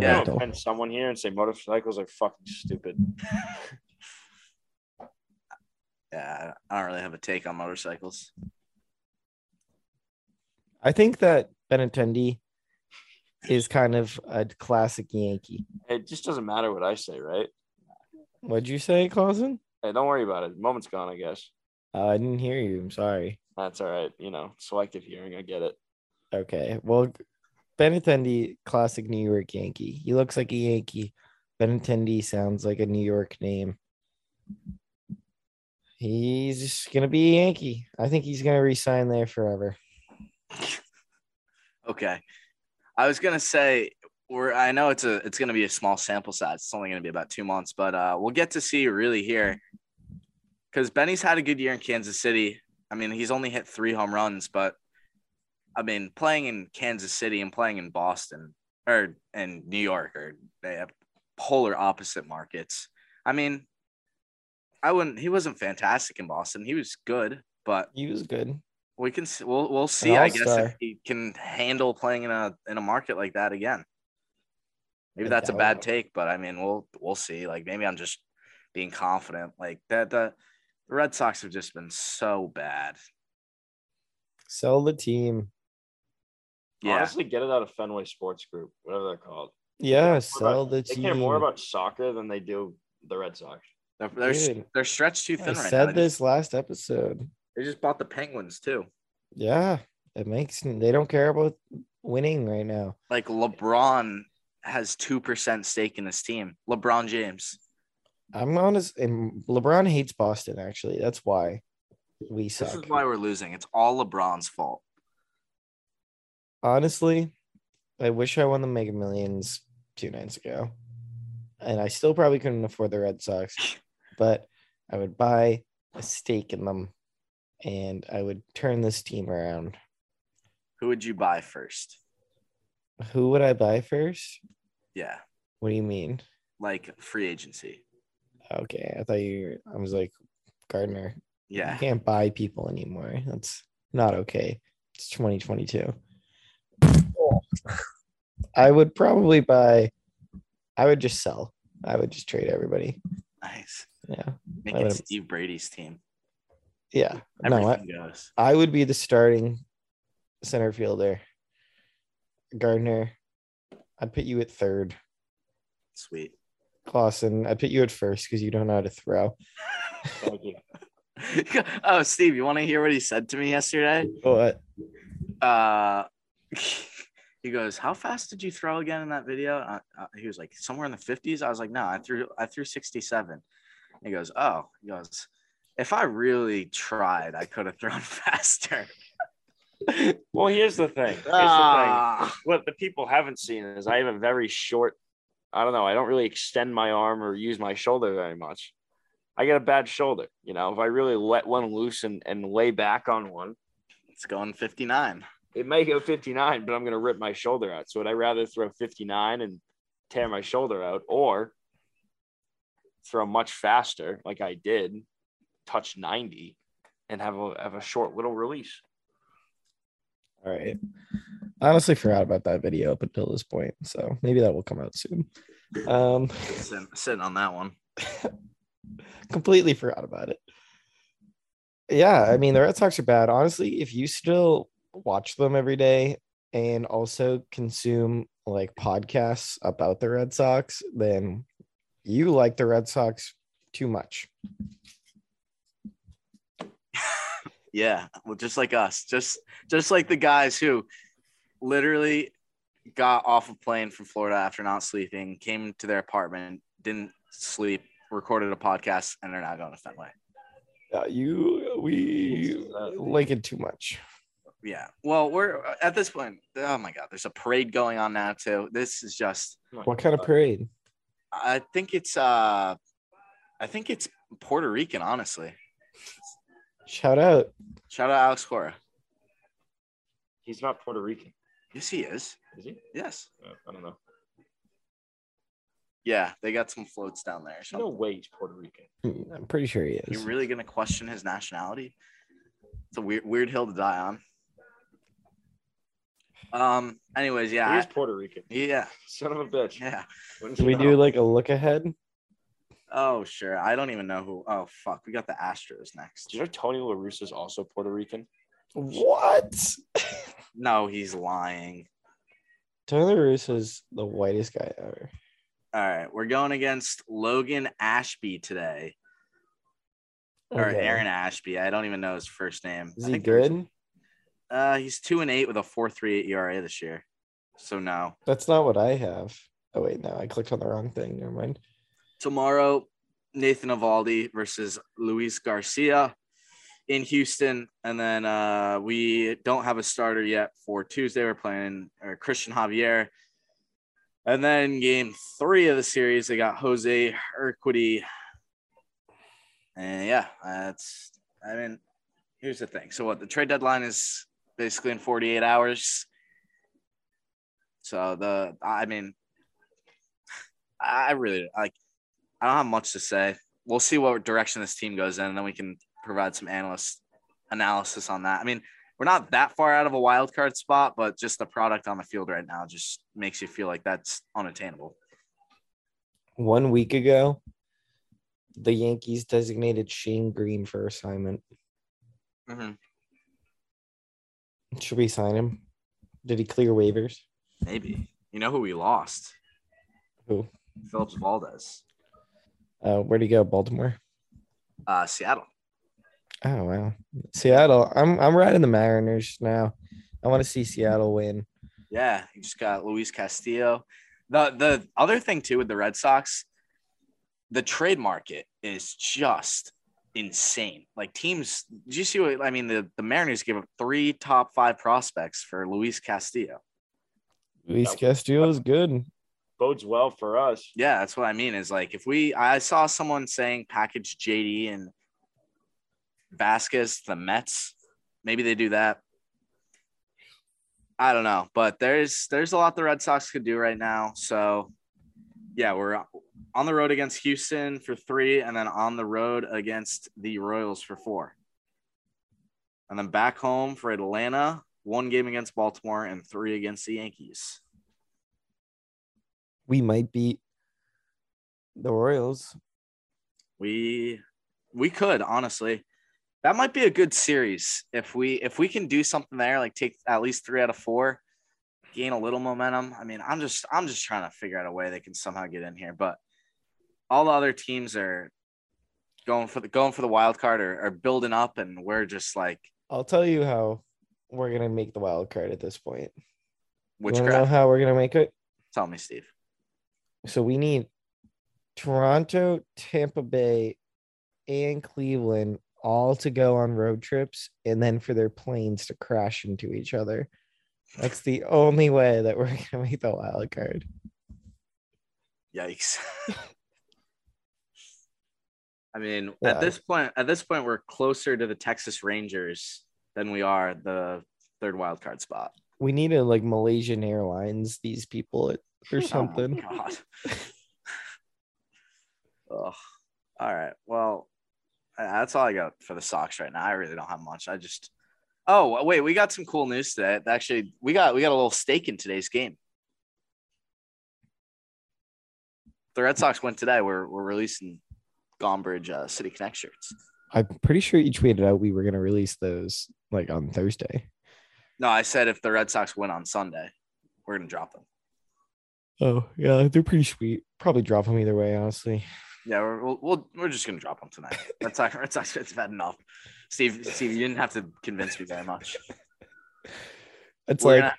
[SPEAKER 2] Yeah.
[SPEAKER 3] Yeah.
[SPEAKER 4] rental.
[SPEAKER 3] Offend someone here and say motorcycles are fucking stupid.
[SPEAKER 2] Yeah. I don't really have a take on motorcycles.
[SPEAKER 4] I think that Benintendi is kind of a classic Yankee.
[SPEAKER 3] It just doesn't matter what I say, right?
[SPEAKER 4] What'd you say, Clausen?
[SPEAKER 3] Hey, don't worry about it. Moment's gone, I guess.
[SPEAKER 4] Uh, I didn't hear you. I'm sorry.
[SPEAKER 3] That's all right. You know, selective hearing. I get it.
[SPEAKER 4] Okay. Well, Benintendi, classic New York Yankee. He looks like a Yankee. Benintendi sounds like a New York name. He's just gonna be a Yankee. I think he's gonna resign there forever.
[SPEAKER 2] Okay. I was gonna say we're I know it's a it's gonna be a small sample size. It's only gonna be about two months, but uh, we'll get to see really here because Benny's had a good year in Kansas City. I mean, he's only hit three home runs, but I mean, playing in Kansas City and playing in Boston or in New York or they have polar opposite markets. I mean, I wouldn't. He wasn't fantastic in Boston. He was good, but
[SPEAKER 4] He was good.
[SPEAKER 2] we can see. We'll we'll see. I guess if
[SPEAKER 4] all-star.
[SPEAKER 2] he can handle playing in a in a market like that again. Maybe
[SPEAKER 4] I
[SPEAKER 2] that's a
[SPEAKER 4] doubt
[SPEAKER 2] bad
[SPEAKER 4] it.
[SPEAKER 2] take, but I mean, we'll we'll see. Like maybe I'm just being confident. Like that the the Red Sox have just been so bad.
[SPEAKER 4] Sell the team.
[SPEAKER 2] Yeah,
[SPEAKER 3] Honestly, get it out of Fenway Sports Group, whatever they're called.
[SPEAKER 4] Yeah,
[SPEAKER 3] about-
[SPEAKER 4] sell the
[SPEAKER 3] They
[SPEAKER 4] team.
[SPEAKER 3] care more about soccer than they do the Red Sox.
[SPEAKER 2] They're, they're, s-
[SPEAKER 4] Dude.
[SPEAKER 2] they're stretched too
[SPEAKER 4] I
[SPEAKER 2] thin right now.
[SPEAKER 4] said
[SPEAKER 2] They
[SPEAKER 4] this
[SPEAKER 2] just,
[SPEAKER 4] last episode.
[SPEAKER 2] they just bought the Penguins too.
[SPEAKER 4] Yeah, it makes they don't care about winning right now.
[SPEAKER 2] Like LeBron has two percent stake in his team. LeBron James.
[SPEAKER 4] I'm honest. And LeBron hates Boston. Actually, that's why we suck.
[SPEAKER 2] This is why we're losing. It's all LeBron's fault.
[SPEAKER 4] honestly, I wish I won the Mega Millions two nights ago, and I still probably couldn't afford the Red Sox, but I would buy a stake in them, and I would turn this team around.
[SPEAKER 2] Who would you buy first?
[SPEAKER 4] Who would I buy first?
[SPEAKER 2] Yeah,
[SPEAKER 4] What do you mean?
[SPEAKER 2] like free agency.
[SPEAKER 4] Okay, I thought you. I was like, Gardner, you
[SPEAKER 2] Yeah,
[SPEAKER 4] can't buy people anymore. That's not okay. It's 2022. I would probably buy. I would just sell. I would just trade everybody.
[SPEAKER 2] nice.
[SPEAKER 4] Yeah.
[SPEAKER 2] Make
[SPEAKER 4] I
[SPEAKER 2] it
[SPEAKER 4] would've-
[SPEAKER 2] Steve Brady's team.
[SPEAKER 4] Yeah. No, I,
[SPEAKER 2] Everything goes.
[SPEAKER 4] I would be the starting center fielder. Gardner, I'd put you at third.
[SPEAKER 2] Sweet.
[SPEAKER 4] Clausen, I'd put you at first because you don't know how to throw.
[SPEAKER 3] Thank you.
[SPEAKER 2] oh, Steve, you want to hear what he said to me yesterday?
[SPEAKER 4] But
[SPEAKER 2] Uh, he goes, "How fast did you throw again in that video?" Uh, uh, he was like, "Somewhere in the 50s." I was like, "No, I threw I threw 67." He goes, "Oh," he goes, "If I really tried, I could have thrown faster."
[SPEAKER 3] Well, here's the thing. Here's the thing.
[SPEAKER 2] Ah.
[SPEAKER 3] What the people haven't seen is I have a very short. I don't know. I don't really extend my arm or use my shoulder very much. I got a bad shoulder. You know, if I really let one loose and, and lay back on one,
[SPEAKER 2] It's going 59.
[SPEAKER 3] it may go 59, but I'm going to rip my shoulder out. So would I rather throw 59 and tear my shoulder out or throw much faster like I did, touch 90 and have a, have a short little release?
[SPEAKER 4] all right. I honestly forgot about that video up until this point. So maybe that will come out soon. Um
[SPEAKER 2] Sitting, sitting on that one.
[SPEAKER 4] completely forgot about it. Yeah, I mean the Red Sox are bad. Honestly, if you still watch them every day and also consume like podcasts about the Red Sox, then you like the Red Sox too much.
[SPEAKER 2] Yeah, well, just like us, just just like the guys who literally got off a plane from Florida after not sleeping, came to their apartment, didn't sleep, recorded a podcast, and they're now going to Fenway.
[SPEAKER 4] Uh, you we like it too much.
[SPEAKER 2] Yeah, well, we're at this point. Oh my God, there's a parade going on now too. This is just.
[SPEAKER 4] What kind of parade?
[SPEAKER 2] I think it's uh, I think it's Puerto Rican. Honestly,
[SPEAKER 4] Shout out.
[SPEAKER 2] shout out Alex Cora.
[SPEAKER 3] He's not Puerto Rican,
[SPEAKER 2] Yes, he is.
[SPEAKER 3] is he?
[SPEAKER 2] Yes.
[SPEAKER 3] Uh, I don't know.
[SPEAKER 2] Yeah, they got some floats down there. or
[SPEAKER 3] There's no
[SPEAKER 2] something.
[SPEAKER 3] way he's Puerto Rican.
[SPEAKER 4] Hmm, I'm pretty sure he
[SPEAKER 2] You're
[SPEAKER 4] is.
[SPEAKER 2] really gonna question his nationality? It's a weird, weird hill to die on. Um. Anyways,
[SPEAKER 3] He
[SPEAKER 2] yeah,
[SPEAKER 3] is Puerto Rican.
[SPEAKER 2] I- yeah,
[SPEAKER 3] Son of a bitch.
[SPEAKER 2] yeah.
[SPEAKER 3] Wouldn't
[SPEAKER 4] Do
[SPEAKER 3] you
[SPEAKER 4] we
[SPEAKER 3] know?
[SPEAKER 4] do like a look ahead?
[SPEAKER 2] Oh sure. I don't even know who. Oh fuck. We got the Astros
[SPEAKER 3] Did
[SPEAKER 2] next.
[SPEAKER 3] you know Tony La Russa is also Puerto Rican?
[SPEAKER 4] What?
[SPEAKER 2] No, he's lying.
[SPEAKER 4] Tony La Russa is the whitest guy ever.
[SPEAKER 2] All right, we're going against Logan Ashby today, or
[SPEAKER 4] Okay.
[SPEAKER 2] Aaron Ashby. I don't even know his first name.
[SPEAKER 4] Is
[SPEAKER 2] I
[SPEAKER 4] he
[SPEAKER 2] think there's-
[SPEAKER 4] good?
[SPEAKER 2] Uh, he's two and eight with a four three eight ERA this year. So no.
[SPEAKER 4] That's not what I have. Oh wait, no, I clicked on the wrong thing. Never mind.
[SPEAKER 2] tomorrow Nathan Avaldi versus Luis Garcia in Houston. And then uh, we don't have a starter yet for Tuesday. We're playing or Christian Javier. And then game three of the series, they got Jose Urquidy. And yeah, that's, I mean, here's the thing. So, what the trade deadline is basically in 48 hours. So, the, I mean, I I really like. I don't have much to say. We'll see what direction this team goes in, and then we can provide some analyst analysis on that. I mean, we're not that far out of a wild card spot, but just the product on the field right now just makes you feel like that's unattainable.
[SPEAKER 4] One week ago, the Yankees designated Shane Green for assignment.
[SPEAKER 2] Mm-hmm.
[SPEAKER 4] Should we sign him? Did he clear waivers?
[SPEAKER 2] Maybe you know who we lost?
[SPEAKER 4] Who?
[SPEAKER 2] Phillips Valdez,
[SPEAKER 4] Uh, where'd he go? Baltimore.
[SPEAKER 2] uh, Seattle.
[SPEAKER 4] Oh wow. Seattle. I'm I'm riding the Mariners now. I want to see Seattle win.
[SPEAKER 2] Yeah, you just got Luis Castillo. The the other thing too with the Red Sox, the trade market is just insane. Like teams, do you see what I mean? The the Mariners gave up three top five prospects for Luis Castillo.
[SPEAKER 4] Luis Castillo is good.
[SPEAKER 3] Bodes well for us.
[SPEAKER 2] Yeah, that's what I mean. Is like if we, I saw someone saying package JD and Vasquez to the Mets. Maybe they do that. I don't know, but there's there's a lot the Red Sox could do right now. So yeah, we're on the road against Houston for three, and then on the road against the Royals for four, and then back home for Atlanta. One game against Baltimore and three against the Yankees.
[SPEAKER 4] We might beat the Royals.
[SPEAKER 2] We we could honestly. That might be a good series if we if we can do something there, like take at least three out of four, gain a little momentum. I mean, I'm just I'm just trying to figure out a way they can somehow get in here. But all the other teams are going for the going for the wild card or, or building up, and we're just like
[SPEAKER 4] I'll tell you how we're gonna make the wild card at this point. You
[SPEAKER 2] which
[SPEAKER 4] wanna know how we're gonna make it?
[SPEAKER 2] Tell me, Steve.
[SPEAKER 4] So we need Toronto, Tampa Bay, and Cleveland all to go on road trips and then for their planes to crash into each other. That's the only way that we're gonna make the wild card.
[SPEAKER 2] Yikes. I mean,
[SPEAKER 4] Yeah.
[SPEAKER 2] at this point, at this point, we're closer to the Texas Rangers than we are the third wild card spot.
[SPEAKER 4] We need to like Malaysian Airlines these people or something.
[SPEAKER 2] Oh my God. Ugh. All right. Well, uh, that's all I got for the Sox right now. I really don't have much. I just. Oh wait, we got some cool news today. Actually, we got we got a little stake in today's game. The Red Sox went today. We're we're releasing Gombridge uh, City Connect shirts.
[SPEAKER 4] I'm pretty sure you tweeted out we were gonna release those like on Thursday.
[SPEAKER 2] No, I said if the Red Sox win on Sunday, we're gonna drop them.
[SPEAKER 4] Oh yeah, they're pretty sweet. Probably drop them either way, honestly.
[SPEAKER 2] Yeah, we're we'll, we'll, we're just gonna drop them tonight. Red Sox, Red Sox fans have had enough. Steve, Steve, you didn't have to convince me very much.
[SPEAKER 4] It's
[SPEAKER 2] We're
[SPEAKER 4] like
[SPEAKER 2] gonna-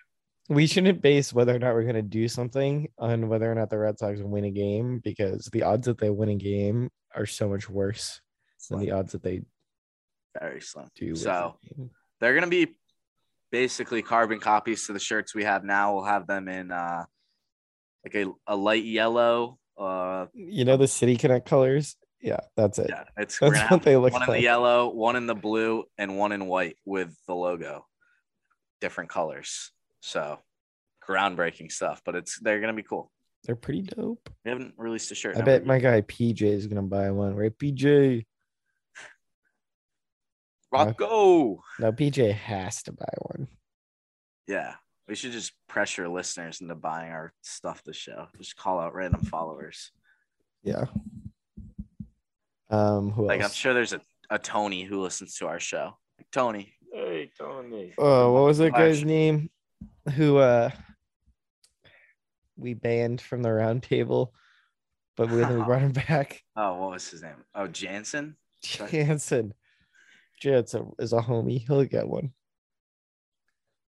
[SPEAKER 4] we shouldn't base whether or not we're going to do something on whether or not the Red Sox win a game because the odds that they win a game are so much worse than the odds that they
[SPEAKER 2] very slim.
[SPEAKER 4] do. lose a
[SPEAKER 2] So
[SPEAKER 4] game.
[SPEAKER 2] they're gonna be basically carbon copies to the shirts we have now. We'll have them in uh like a, a light yellow. Uh,
[SPEAKER 4] you know the City Connect colors. Yeah, that's it.
[SPEAKER 2] yeah, it's we're
[SPEAKER 4] That's
[SPEAKER 2] gonna
[SPEAKER 4] what
[SPEAKER 2] have
[SPEAKER 4] they look
[SPEAKER 2] one in
[SPEAKER 4] like.
[SPEAKER 2] the yellow, one in the blue, and one in white with the logo, different colors. So groundbreaking stuff, but it's they're gonna be cool.
[SPEAKER 4] They're pretty dope.
[SPEAKER 2] We haven't released a shirt. in
[SPEAKER 4] I
[SPEAKER 2] over a
[SPEAKER 4] bet my guy PJ is going to buy one. Right, PJ?
[SPEAKER 2] Rocco.
[SPEAKER 4] No, PJ has to buy one.
[SPEAKER 2] Yeah. We should just pressure listeners into buying our stuff to show. Just call out random followers.
[SPEAKER 4] Yeah. Um, who
[SPEAKER 2] Like I'm
[SPEAKER 4] else?
[SPEAKER 2] sure there's a, a Tony who listens to our show. Like, Tony.
[SPEAKER 3] Hey, Tony.
[SPEAKER 4] Oh, what was that
[SPEAKER 2] Flash.
[SPEAKER 4] guy's name? Who uh we banned from the round table, but we then we brought him back.
[SPEAKER 2] Oh, what was his name? Oh, Jansen. Sorry.
[SPEAKER 4] Jansen. Jansen is a homie. He'll get one.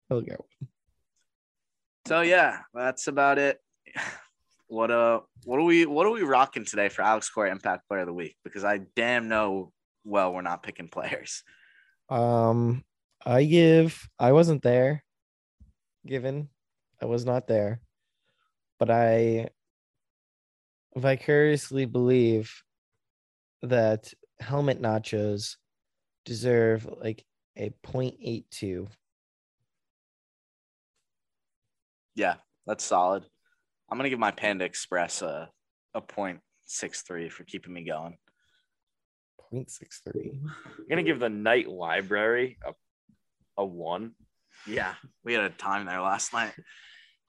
[SPEAKER 4] He'll get one.
[SPEAKER 2] So yeah, that's about it. What uh what are we what are we rocking today for Alex Core Impact Player of the Week? Because I damn know well we're not picking players.
[SPEAKER 4] Um I give I wasn't there. Given I was not there. But I vicariously believe that helmet nachos deserve like a 0.82.
[SPEAKER 2] Yeah, that's solid. I'm gonna give my Panda Express a a point six three for keeping me going.
[SPEAKER 4] 0.63.
[SPEAKER 3] I'm gonna give the night library a a one.
[SPEAKER 2] Yeah, we had a time there last night.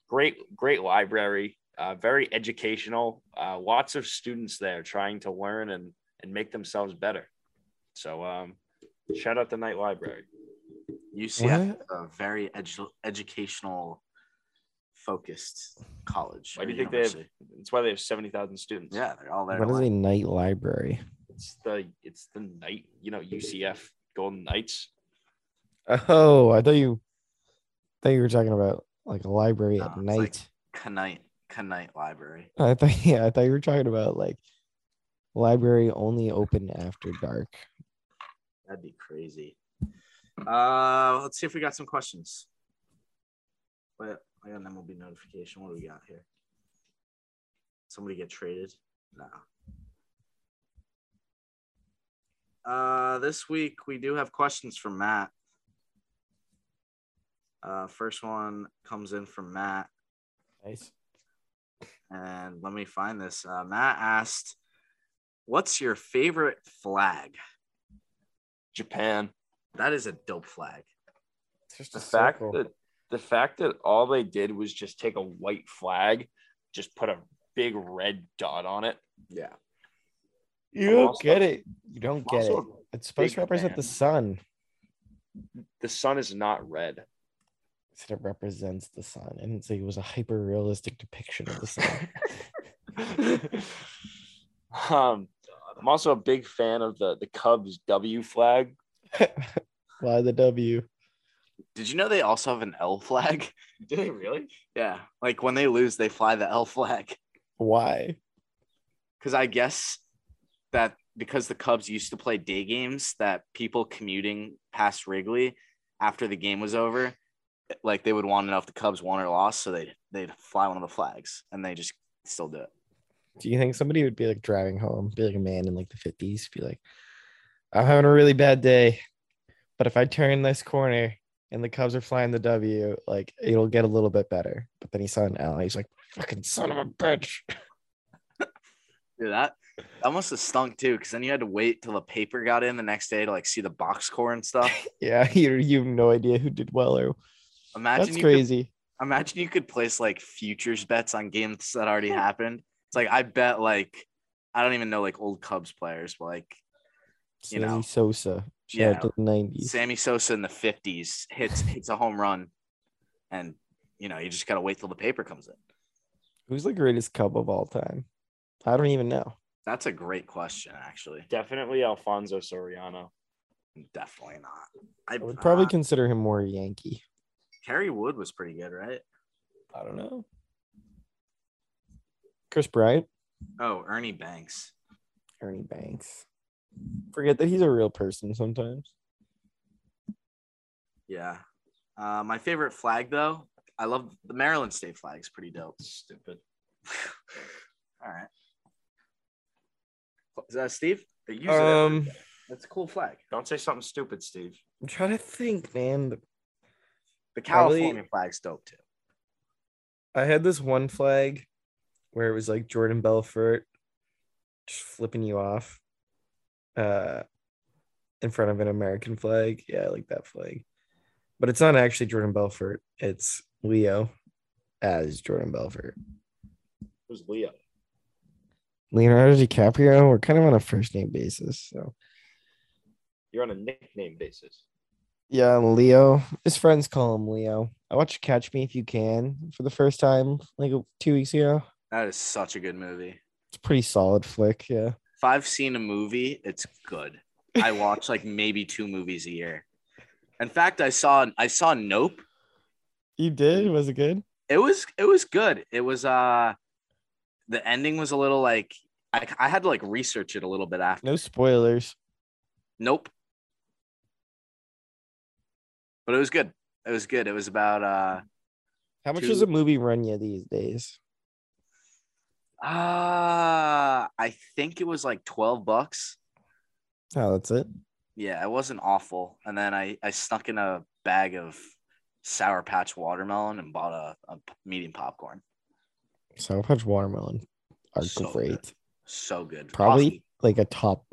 [SPEAKER 3] great great library uh, very educational uh, lots of students there trying to learn and and make themselves better so um shout out the night library
[SPEAKER 2] UCF,
[SPEAKER 4] What?
[SPEAKER 2] a very edu- educational focused college.
[SPEAKER 3] Why
[SPEAKER 2] or
[SPEAKER 3] do you think they have?
[SPEAKER 2] university.
[SPEAKER 3] That's why they have seventy thousand students.
[SPEAKER 2] Yeah, they're all there.
[SPEAKER 4] What
[SPEAKER 2] to
[SPEAKER 4] is
[SPEAKER 2] learn.
[SPEAKER 4] a night library?
[SPEAKER 3] it's the it's the night. You know UCF Golden Knights.
[SPEAKER 4] Oh, I thought you thought you were talking about like a library at
[SPEAKER 2] No, it's like-
[SPEAKER 4] night.
[SPEAKER 2] Knight, Knight Library.
[SPEAKER 4] I thought yeah, I thought you were talking about like library only open after dark.
[SPEAKER 2] That'd be crazy. Uh, let's see if we got some questions. But I got an MLB notification. What do we got here? Somebody get traded? No. Uh, this week we do have questions from Matt. Uh, first one comes in from Matt.
[SPEAKER 4] Nice.
[SPEAKER 2] And let me find this. Uh, Matt asked, What's your favorite flag?
[SPEAKER 3] Japan.
[SPEAKER 2] That is a dope flag.
[SPEAKER 4] It's just
[SPEAKER 3] The fact that the fact that all they did was just take a white flag, just put a big red dot on it.
[SPEAKER 2] Yeah.
[SPEAKER 4] you
[SPEAKER 3] I'm
[SPEAKER 4] don't
[SPEAKER 3] also-
[SPEAKER 4] get it. You don't get
[SPEAKER 3] Also,
[SPEAKER 4] it. It's supposed
[SPEAKER 3] big
[SPEAKER 4] to represent the
[SPEAKER 3] fan.
[SPEAKER 4] sun.
[SPEAKER 3] the sun is not red.
[SPEAKER 4] So it represents the sun, and it's like it was a hyper realistic depiction of the sun.
[SPEAKER 3] um, I'm also a big fan of the the Cubs W flag.
[SPEAKER 4] Why the W?
[SPEAKER 2] Did you know they also have an L flag?
[SPEAKER 3] Do they really?
[SPEAKER 2] Yeah. Like when they lose, they fly the L flag.
[SPEAKER 4] Why?
[SPEAKER 2] Because I guess that because the Cubs used to play day games, that people commuting past Wrigley after the game was over, like they would want to know if the Cubs won or lost. So they'd, they'd fly one of the flags and they just still do it.
[SPEAKER 4] Do you think somebody would be like driving home, be like a man in like the fifties, be like, "I'm having a really bad day, but if I turn this corner and the Cubs are flying the W, like it'll get a little bit better." But then he saw an L, he's like, "Fucking son of a bitch!"
[SPEAKER 2] Dude, that, that must have stunk too. Because then you had to wait till the paper got in the next day to like see the box score and stuff.
[SPEAKER 4] Yeah, you you have no idea who did well or
[SPEAKER 2] Imagine
[SPEAKER 4] that's
[SPEAKER 2] you could
[SPEAKER 4] crazy.
[SPEAKER 2] Imagine you could place like futures bets on games that already happened. It's like I bet like I don't even know like old Cubs players, but like you
[SPEAKER 4] Sammy
[SPEAKER 2] know.
[SPEAKER 4] Sosa, shout
[SPEAKER 2] Yeah.
[SPEAKER 4] out to the nineties.
[SPEAKER 2] Sammy Sosa in the fifties hits hits a home run, and you know you just gotta wait till the paper comes in.
[SPEAKER 4] Who's the greatest Cub of all time? I don't even know.
[SPEAKER 2] That's a great question, actually.
[SPEAKER 3] Definitely Alfonso Soriano.
[SPEAKER 2] Definitely not.
[SPEAKER 4] I would probably
[SPEAKER 2] uh,
[SPEAKER 4] consider him more Yankee.
[SPEAKER 2] Kerry Wood was pretty good, right?
[SPEAKER 4] I don't know. Chris Bryant,
[SPEAKER 2] Oh, Ernie Banks.
[SPEAKER 4] Ernie Banks. Forget that he's a real person sometimes.
[SPEAKER 2] Yeah. Uh, my favorite flag though, I love the Maryland state flag. is pretty dope.
[SPEAKER 3] Stupid.
[SPEAKER 2] All right. Is that Steve? They use it every
[SPEAKER 4] Um,
[SPEAKER 2] day. That's a cool flag.
[SPEAKER 3] Don't say something stupid, Steve.
[SPEAKER 4] I'm trying to think, man.
[SPEAKER 2] The
[SPEAKER 4] Probably-
[SPEAKER 2] California flag's dope too.
[SPEAKER 4] I had this one flag where it was like Jordan Belfort just flipping you off uh in front of an American flag. Yeah, I like that flag. But it's not actually Jordan Belfort. It's Leo as Jordan Belfort.
[SPEAKER 3] Who's Leo?
[SPEAKER 4] Leonardo DiCaprio, we're kind of on a first name basis. So
[SPEAKER 3] You're on a nickname basis.
[SPEAKER 4] yeah, I'm Leo. His friends call him Leo. I watched Catch Me If You Can for the first time like two weeks ago.
[SPEAKER 2] That is such a good movie.
[SPEAKER 4] It's a pretty solid flick. Yeah.
[SPEAKER 2] If I've seen a movie, it's good. I watch like maybe two movies a year. In fact, I saw I saw Nope.
[SPEAKER 4] You did? Was it good?
[SPEAKER 2] It was it was good. It was uh the ending was a little like I, I had to like research it a little bit after.
[SPEAKER 4] No spoilers.
[SPEAKER 2] Nope. But it was good. It was good. It was about uh
[SPEAKER 4] How much
[SPEAKER 2] Two-
[SPEAKER 4] does a movie run you these days?
[SPEAKER 2] uh I think it was like 12 bucks.
[SPEAKER 4] Oh, that's it.
[SPEAKER 2] Yeah, it wasn't awful. And then I I snuck in a bag of sour patch watermelon and bought a, a p- medium popcorn.
[SPEAKER 4] Sour Patch Watermelon are
[SPEAKER 2] So good.
[SPEAKER 4] great.
[SPEAKER 2] So good.
[SPEAKER 4] Probably
[SPEAKER 2] Possibly-
[SPEAKER 4] like a top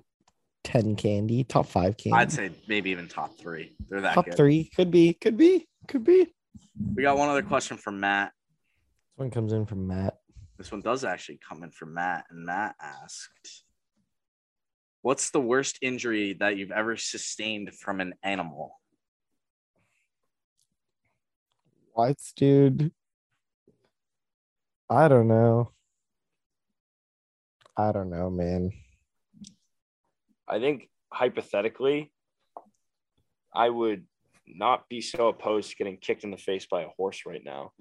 [SPEAKER 4] ten candy, top five candy,
[SPEAKER 2] I'd say maybe even top three. They're that
[SPEAKER 4] top
[SPEAKER 2] good.
[SPEAKER 4] three. Could be, could be, could be. This
[SPEAKER 2] We got one other question from Matt.
[SPEAKER 4] one comes in from Matt.
[SPEAKER 2] This one does actually come in from Matt, and Matt asked, "What's the worst injury that you've ever sustained from an animal?"
[SPEAKER 4] What, dude? I don't know. I don't know, man.
[SPEAKER 3] I think hypothetically, I would not be so opposed to getting kicked in the face by a horse right now.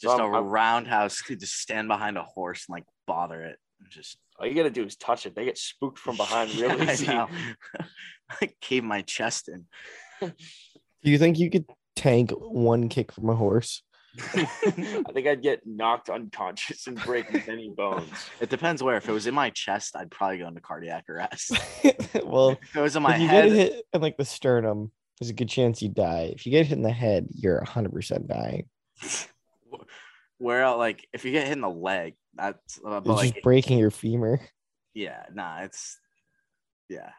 [SPEAKER 2] Just
[SPEAKER 3] Um,
[SPEAKER 2] a
[SPEAKER 3] I'm-
[SPEAKER 2] roundhouse. Could just stand behind a horse and like bother it. Just
[SPEAKER 3] All you gotta do is touch it. They get spooked from behind real
[SPEAKER 2] Yeah, I
[SPEAKER 3] easy.
[SPEAKER 2] know. I cave my chest in.
[SPEAKER 4] Do you think you could tank one kick from a horse?
[SPEAKER 3] I think I'd get knocked unconscious and break many bones.
[SPEAKER 2] It depends where. If it was in my chest, I'd probably go into cardiac arrest.
[SPEAKER 4] well,
[SPEAKER 2] if it was in my
[SPEAKER 4] if you
[SPEAKER 2] head,
[SPEAKER 4] get hit in like the sternum, there's a good chance you die. If you get hit in the head, you're 100% dying.
[SPEAKER 2] where else, like if you get hit in the leg, that's uh,
[SPEAKER 4] It's
[SPEAKER 2] but like
[SPEAKER 4] just breaking your femur.
[SPEAKER 2] yeah, nah, it's yeah.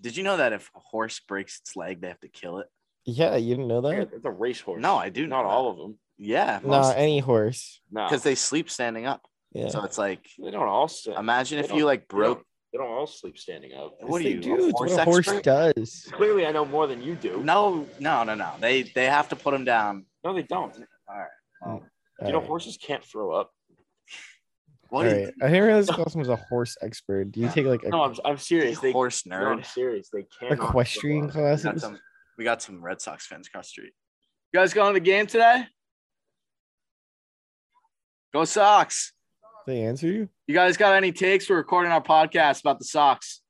[SPEAKER 2] Did you know that if a horse breaks its leg, they have to kill it?
[SPEAKER 4] Yeah, you didn't know
[SPEAKER 3] Yeah,
[SPEAKER 4] that?
[SPEAKER 3] It's a racehorse.
[SPEAKER 2] No, I do know
[SPEAKER 3] Not
[SPEAKER 2] that.
[SPEAKER 3] all of them.
[SPEAKER 2] Yeah,
[SPEAKER 4] No, any horse.
[SPEAKER 3] No,
[SPEAKER 2] because they sleep standing up.
[SPEAKER 4] Yeah.
[SPEAKER 2] So it's like,
[SPEAKER 3] they don't all sit.
[SPEAKER 2] imagine
[SPEAKER 3] They
[SPEAKER 2] if
[SPEAKER 3] don't-
[SPEAKER 2] you like
[SPEAKER 3] they don't-
[SPEAKER 2] broke.
[SPEAKER 3] They don't all sleep standing up.
[SPEAKER 2] What
[SPEAKER 4] Yes,
[SPEAKER 2] are
[SPEAKER 4] they
[SPEAKER 2] you, a
[SPEAKER 4] do. It's
[SPEAKER 2] horse
[SPEAKER 4] what a horse
[SPEAKER 2] expert?
[SPEAKER 4] does.
[SPEAKER 3] Clearly, I know more than you do. No,
[SPEAKER 2] No, no, no, no. They they have to put him down.
[SPEAKER 3] they don't. Do
[SPEAKER 2] All right. Well,
[SPEAKER 3] you know
[SPEAKER 4] Alright.
[SPEAKER 3] horses can't throw up?
[SPEAKER 2] what
[SPEAKER 4] All
[SPEAKER 2] do you
[SPEAKER 4] right. I didn't realize Cosmo was a horse expert. Do you take like a,
[SPEAKER 3] No, I'm, I'm serious. They
[SPEAKER 2] horse
[SPEAKER 3] no, I'm
[SPEAKER 2] nerd?
[SPEAKER 3] serious. They can't.
[SPEAKER 4] equestrian
[SPEAKER 2] We got
[SPEAKER 4] classes?
[SPEAKER 2] some. We got some Red Sox fans across the street. You guys going to the game today? Go Sox!
[SPEAKER 4] They answer you?
[SPEAKER 2] You guys got any takes? We're recording our podcast about the Sox.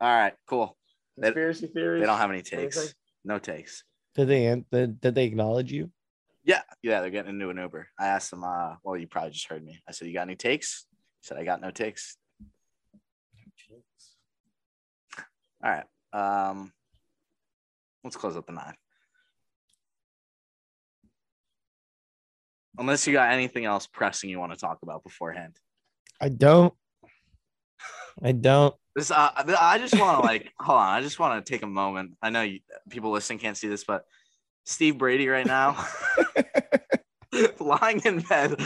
[SPEAKER 2] All right, cool. They-
[SPEAKER 3] Conspiracy theories.
[SPEAKER 2] They don't have any takes.
[SPEAKER 3] Anything?
[SPEAKER 2] No takes.
[SPEAKER 4] Did they an- did, did they acknowledge you?
[SPEAKER 2] Yeah, yeah, they're getting into an Uber. I asked them. Uh, well, you probably just heard me. I said, "You got any takes?" He said, "I got no takes." All right. Um, let's close up the nine. Unless you got anything else pressing you want to talk about beforehand.
[SPEAKER 4] I don't. I don't.
[SPEAKER 2] This, uh, I just want to like, hold on. I just want to take a moment. I know you, people listening can't see this, but Steve Brady right now, lying in bed,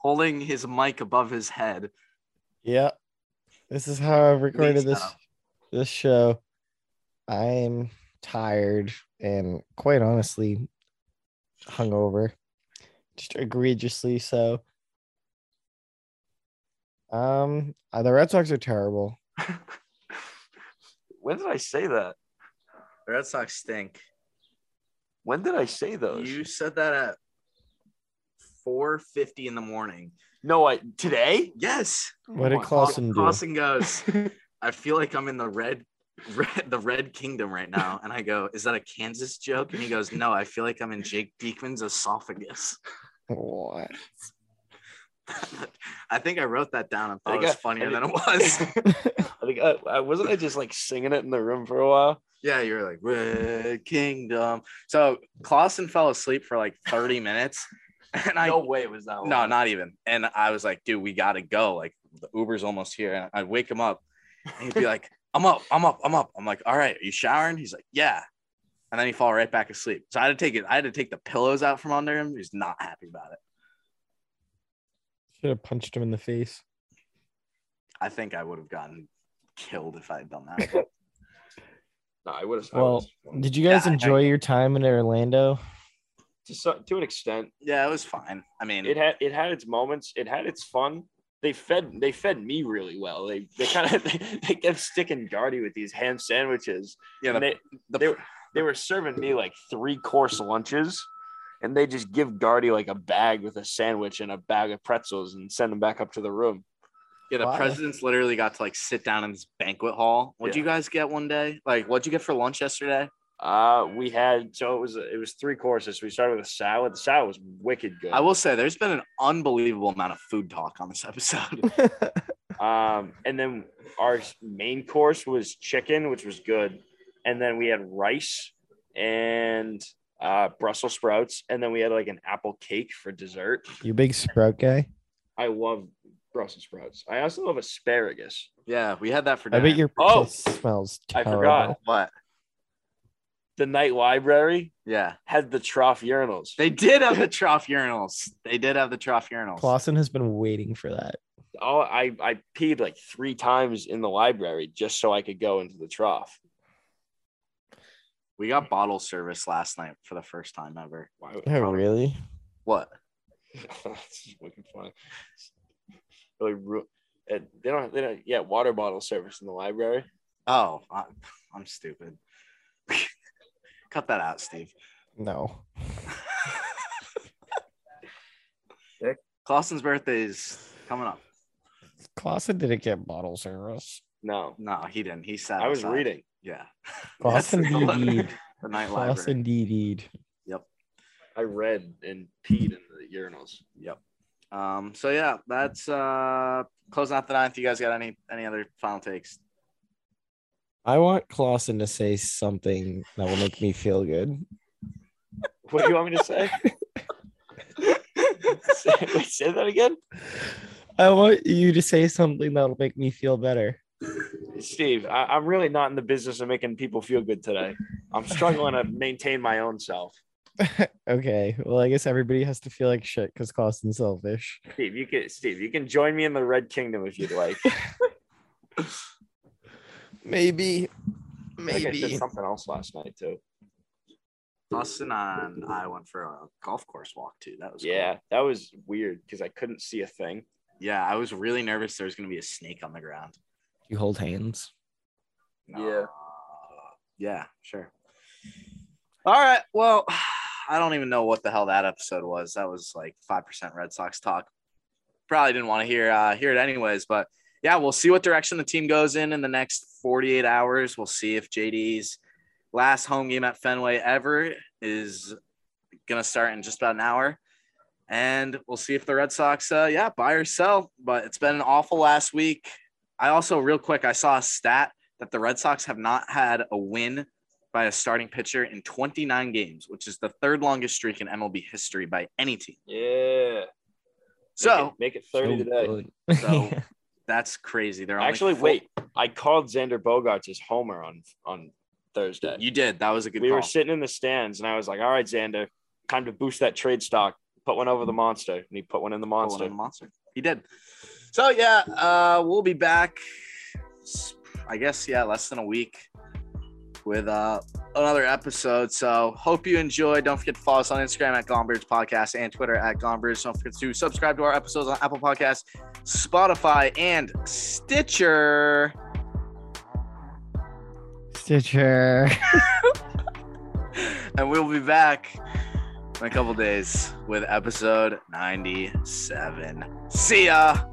[SPEAKER 2] holding his mic above his head.
[SPEAKER 4] Yeah. This is how I've recorded this
[SPEAKER 2] stop.
[SPEAKER 4] this show. I am tired and quite honestly hungover. Just egregiously so. Um uh, the Red Sox are terrible.
[SPEAKER 3] When did I say that?
[SPEAKER 2] The Red Sox stink.
[SPEAKER 3] When did I say those?
[SPEAKER 2] You said that at 4:50 in the morning.
[SPEAKER 3] No, I today.
[SPEAKER 2] Yes.
[SPEAKER 4] What did
[SPEAKER 3] my
[SPEAKER 4] Clausen do?
[SPEAKER 2] Clausen goes, I feel like I'm in the red, red, the red kingdom right now. And I go, Is that a Kansas joke? And he goes, No, I feel like I'm in Jake Diekman's esophagus.
[SPEAKER 4] What?
[SPEAKER 2] I think I wrote that down and thought
[SPEAKER 3] I
[SPEAKER 2] it was
[SPEAKER 3] got-
[SPEAKER 2] funnier
[SPEAKER 3] I
[SPEAKER 2] than it
[SPEAKER 3] I
[SPEAKER 2] was.
[SPEAKER 3] think I, I wasn't. I just like singing it in the room for a while.
[SPEAKER 2] yeah, you were like, Red Kingdom. So Clausen fell asleep for like 30 minutes. And I
[SPEAKER 3] way it was that.
[SPEAKER 2] No, not even. And I was like, dude, we gotta go. Like the Uber's almost here. And I'd wake him up and he'd be like, I'm up, I'm up, I'm up. I'm like, all right, are you showering? He's like, Yeah. And then he fall right back asleep. So I had to take it, I had to take the pillows out from under him. He's not happy about it.
[SPEAKER 4] Should have punched him in the face.
[SPEAKER 2] I think I would have gotten killed if I had done that.
[SPEAKER 3] No, I would have.
[SPEAKER 4] Well, did you guys
[SPEAKER 2] Yeah, I- I-
[SPEAKER 4] enjoy your time in Orlando?
[SPEAKER 3] to, so- to an extent,
[SPEAKER 2] yeah, it was fine. I mean,
[SPEAKER 3] it had it had its moments. It had its fun. They fed they fed me really well. They they kind of they, they kept sticking Guardy with these ham sandwiches.
[SPEAKER 2] yeah,
[SPEAKER 3] And
[SPEAKER 2] the,
[SPEAKER 3] they
[SPEAKER 2] the-
[SPEAKER 3] they were- they were serving me like three course lunches, and they just give Guardy like a bag with a sandwich and a bag of pretzels and send him back up to the room.
[SPEAKER 2] yeah, the
[SPEAKER 4] Why?
[SPEAKER 2] presidents literally got to like sit down in this banquet hall. What'd
[SPEAKER 3] Yeah.
[SPEAKER 2] you guys get one day? Like, what'd you get for lunch yesterday?
[SPEAKER 3] Uh, we had so it was it was three courses. We started with a salad. The salad was wicked good.
[SPEAKER 2] I will say there's been an unbelievable amount of food talk on this episode.
[SPEAKER 3] Um, and then our main course was chicken, which was good. And then we had rice and uh, Brussels sprouts. And then we had like an apple cake for dessert.
[SPEAKER 4] You big sprout guy.
[SPEAKER 3] I love Brussels sprouts. I also love asparagus.
[SPEAKER 2] Yeah, we had that for
[SPEAKER 4] I
[SPEAKER 2] dinner.
[SPEAKER 4] bet your
[SPEAKER 3] Oh!
[SPEAKER 4] piss smells
[SPEAKER 3] I
[SPEAKER 4] terrible.
[SPEAKER 3] forgot.
[SPEAKER 2] what?
[SPEAKER 3] The night library
[SPEAKER 2] Yeah,
[SPEAKER 3] had the trough urinals.
[SPEAKER 2] they did have the trough urinals. They did have the trough urinals.
[SPEAKER 4] Clausen has been waiting for that.
[SPEAKER 3] all I, I peed like three times in the library just so I could go into the trough.
[SPEAKER 2] We got bottle service last night for the first time ever.
[SPEAKER 3] Why would-
[SPEAKER 5] Oh, really?
[SPEAKER 2] What?
[SPEAKER 3] it's just fucking funny. Really, ru- uh, they don't. They don't. Yeah, water bottle service in the library.
[SPEAKER 2] Oh, I, I'm stupid. Cut that out, Steve.
[SPEAKER 5] No.
[SPEAKER 2] Clausen's birthday is coming up.
[SPEAKER 5] Clausen didn't get bottle service.
[SPEAKER 3] No,
[SPEAKER 2] No, he didn't. He sat.
[SPEAKER 3] I was
[SPEAKER 2] outside.
[SPEAKER 3] reading.
[SPEAKER 2] Yeah.
[SPEAKER 5] Clausen
[SPEAKER 2] That's the
[SPEAKER 5] DD'd.
[SPEAKER 2] The night library.
[SPEAKER 5] Clausen DD'd.
[SPEAKER 3] I read and peed in the urinals.
[SPEAKER 2] Yep. Um. So yeah, that's uh closing out the ninth. You guys got any any other final takes?
[SPEAKER 5] I want Clausen to say something that will make me feel good.
[SPEAKER 3] What do you want me to say? say, wait, say that again,
[SPEAKER 5] I want you to say something that'll make me feel better.
[SPEAKER 3] Steve. I, I'm really not in the business of making people feel good today. I'm struggling to maintain my own self.
[SPEAKER 5] Okay. Well, I guess everybody has to feel like shit because Clausen's selfish.
[SPEAKER 3] Steve, you can Steve, you can join me in the Red Kingdom if you'd like.
[SPEAKER 5] Maybe.
[SPEAKER 3] Like I said something else last night too.
[SPEAKER 2] Austin and I went for a golf course walk too. That was cool.
[SPEAKER 3] Yeah, that was weird because I couldn't see a thing.
[SPEAKER 2] Yeah, I was really nervous there was gonna be a snake on the ground.
[SPEAKER 5] You hold hands.
[SPEAKER 3] Yeah.
[SPEAKER 2] Yeah, sure. All right. Well, I don't even know what the hell that episode was. That was like 5% Red Sox talk. Probably didn't want to hear uh, hear it anyways, but yeah, we'll see what direction the team goes in in the next 48 hours. We'll see if JD's last home game at Fenway ever is going to start in just about an hour. And we'll see if the Red Sox, uh, yeah, buy or sell. But it's been an awful last week. I also, real quick, I saw a stat that the Red Sox have not had a win by a starting pitcher in 29 games, which is the third longest streak in MLB history by any team.
[SPEAKER 3] Yeah.
[SPEAKER 2] So
[SPEAKER 3] make it, make
[SPEAKER 5] So
[SPEAKER 3] it 30 today.
[SPEAKER 5] good.
[SPEAKER 2] So- that's crazy. They're only
[SPEAKER 3] Actually,
[SPEAKER 2] four-
[SPEAKER 3] wait. I called Xander Bogarts his homer on on Thursday.
[SPEAKER 2] You did. That was a good
[SPEAKER 3] we
[SPEAKER 2] call.
[SPEAKER 3] were sitting in the stands, and I was like, "All right, Xander, time to boost that trade stock. Put one over the monster." And he put one in the
[SPEAKER 2] Pulling
[SPEAKER 3] monster.
[SPEAKER 2] in the monster. He did. So yeah, uh, we'll be back. I guess yeah, less than a week with uh, another episode. So hope you enjoy. Don't forget to follow us on Instagram at Gombridge Podcast and Twitter at Gombridge. Don't forget to subscribe to our episodes on Apple Podcasts, Spotify, and Stitcher.
[SPEAKER 5] Stitcher.
[SPEAKER 2] And we'll be back in a couple days with episode 97. See ya.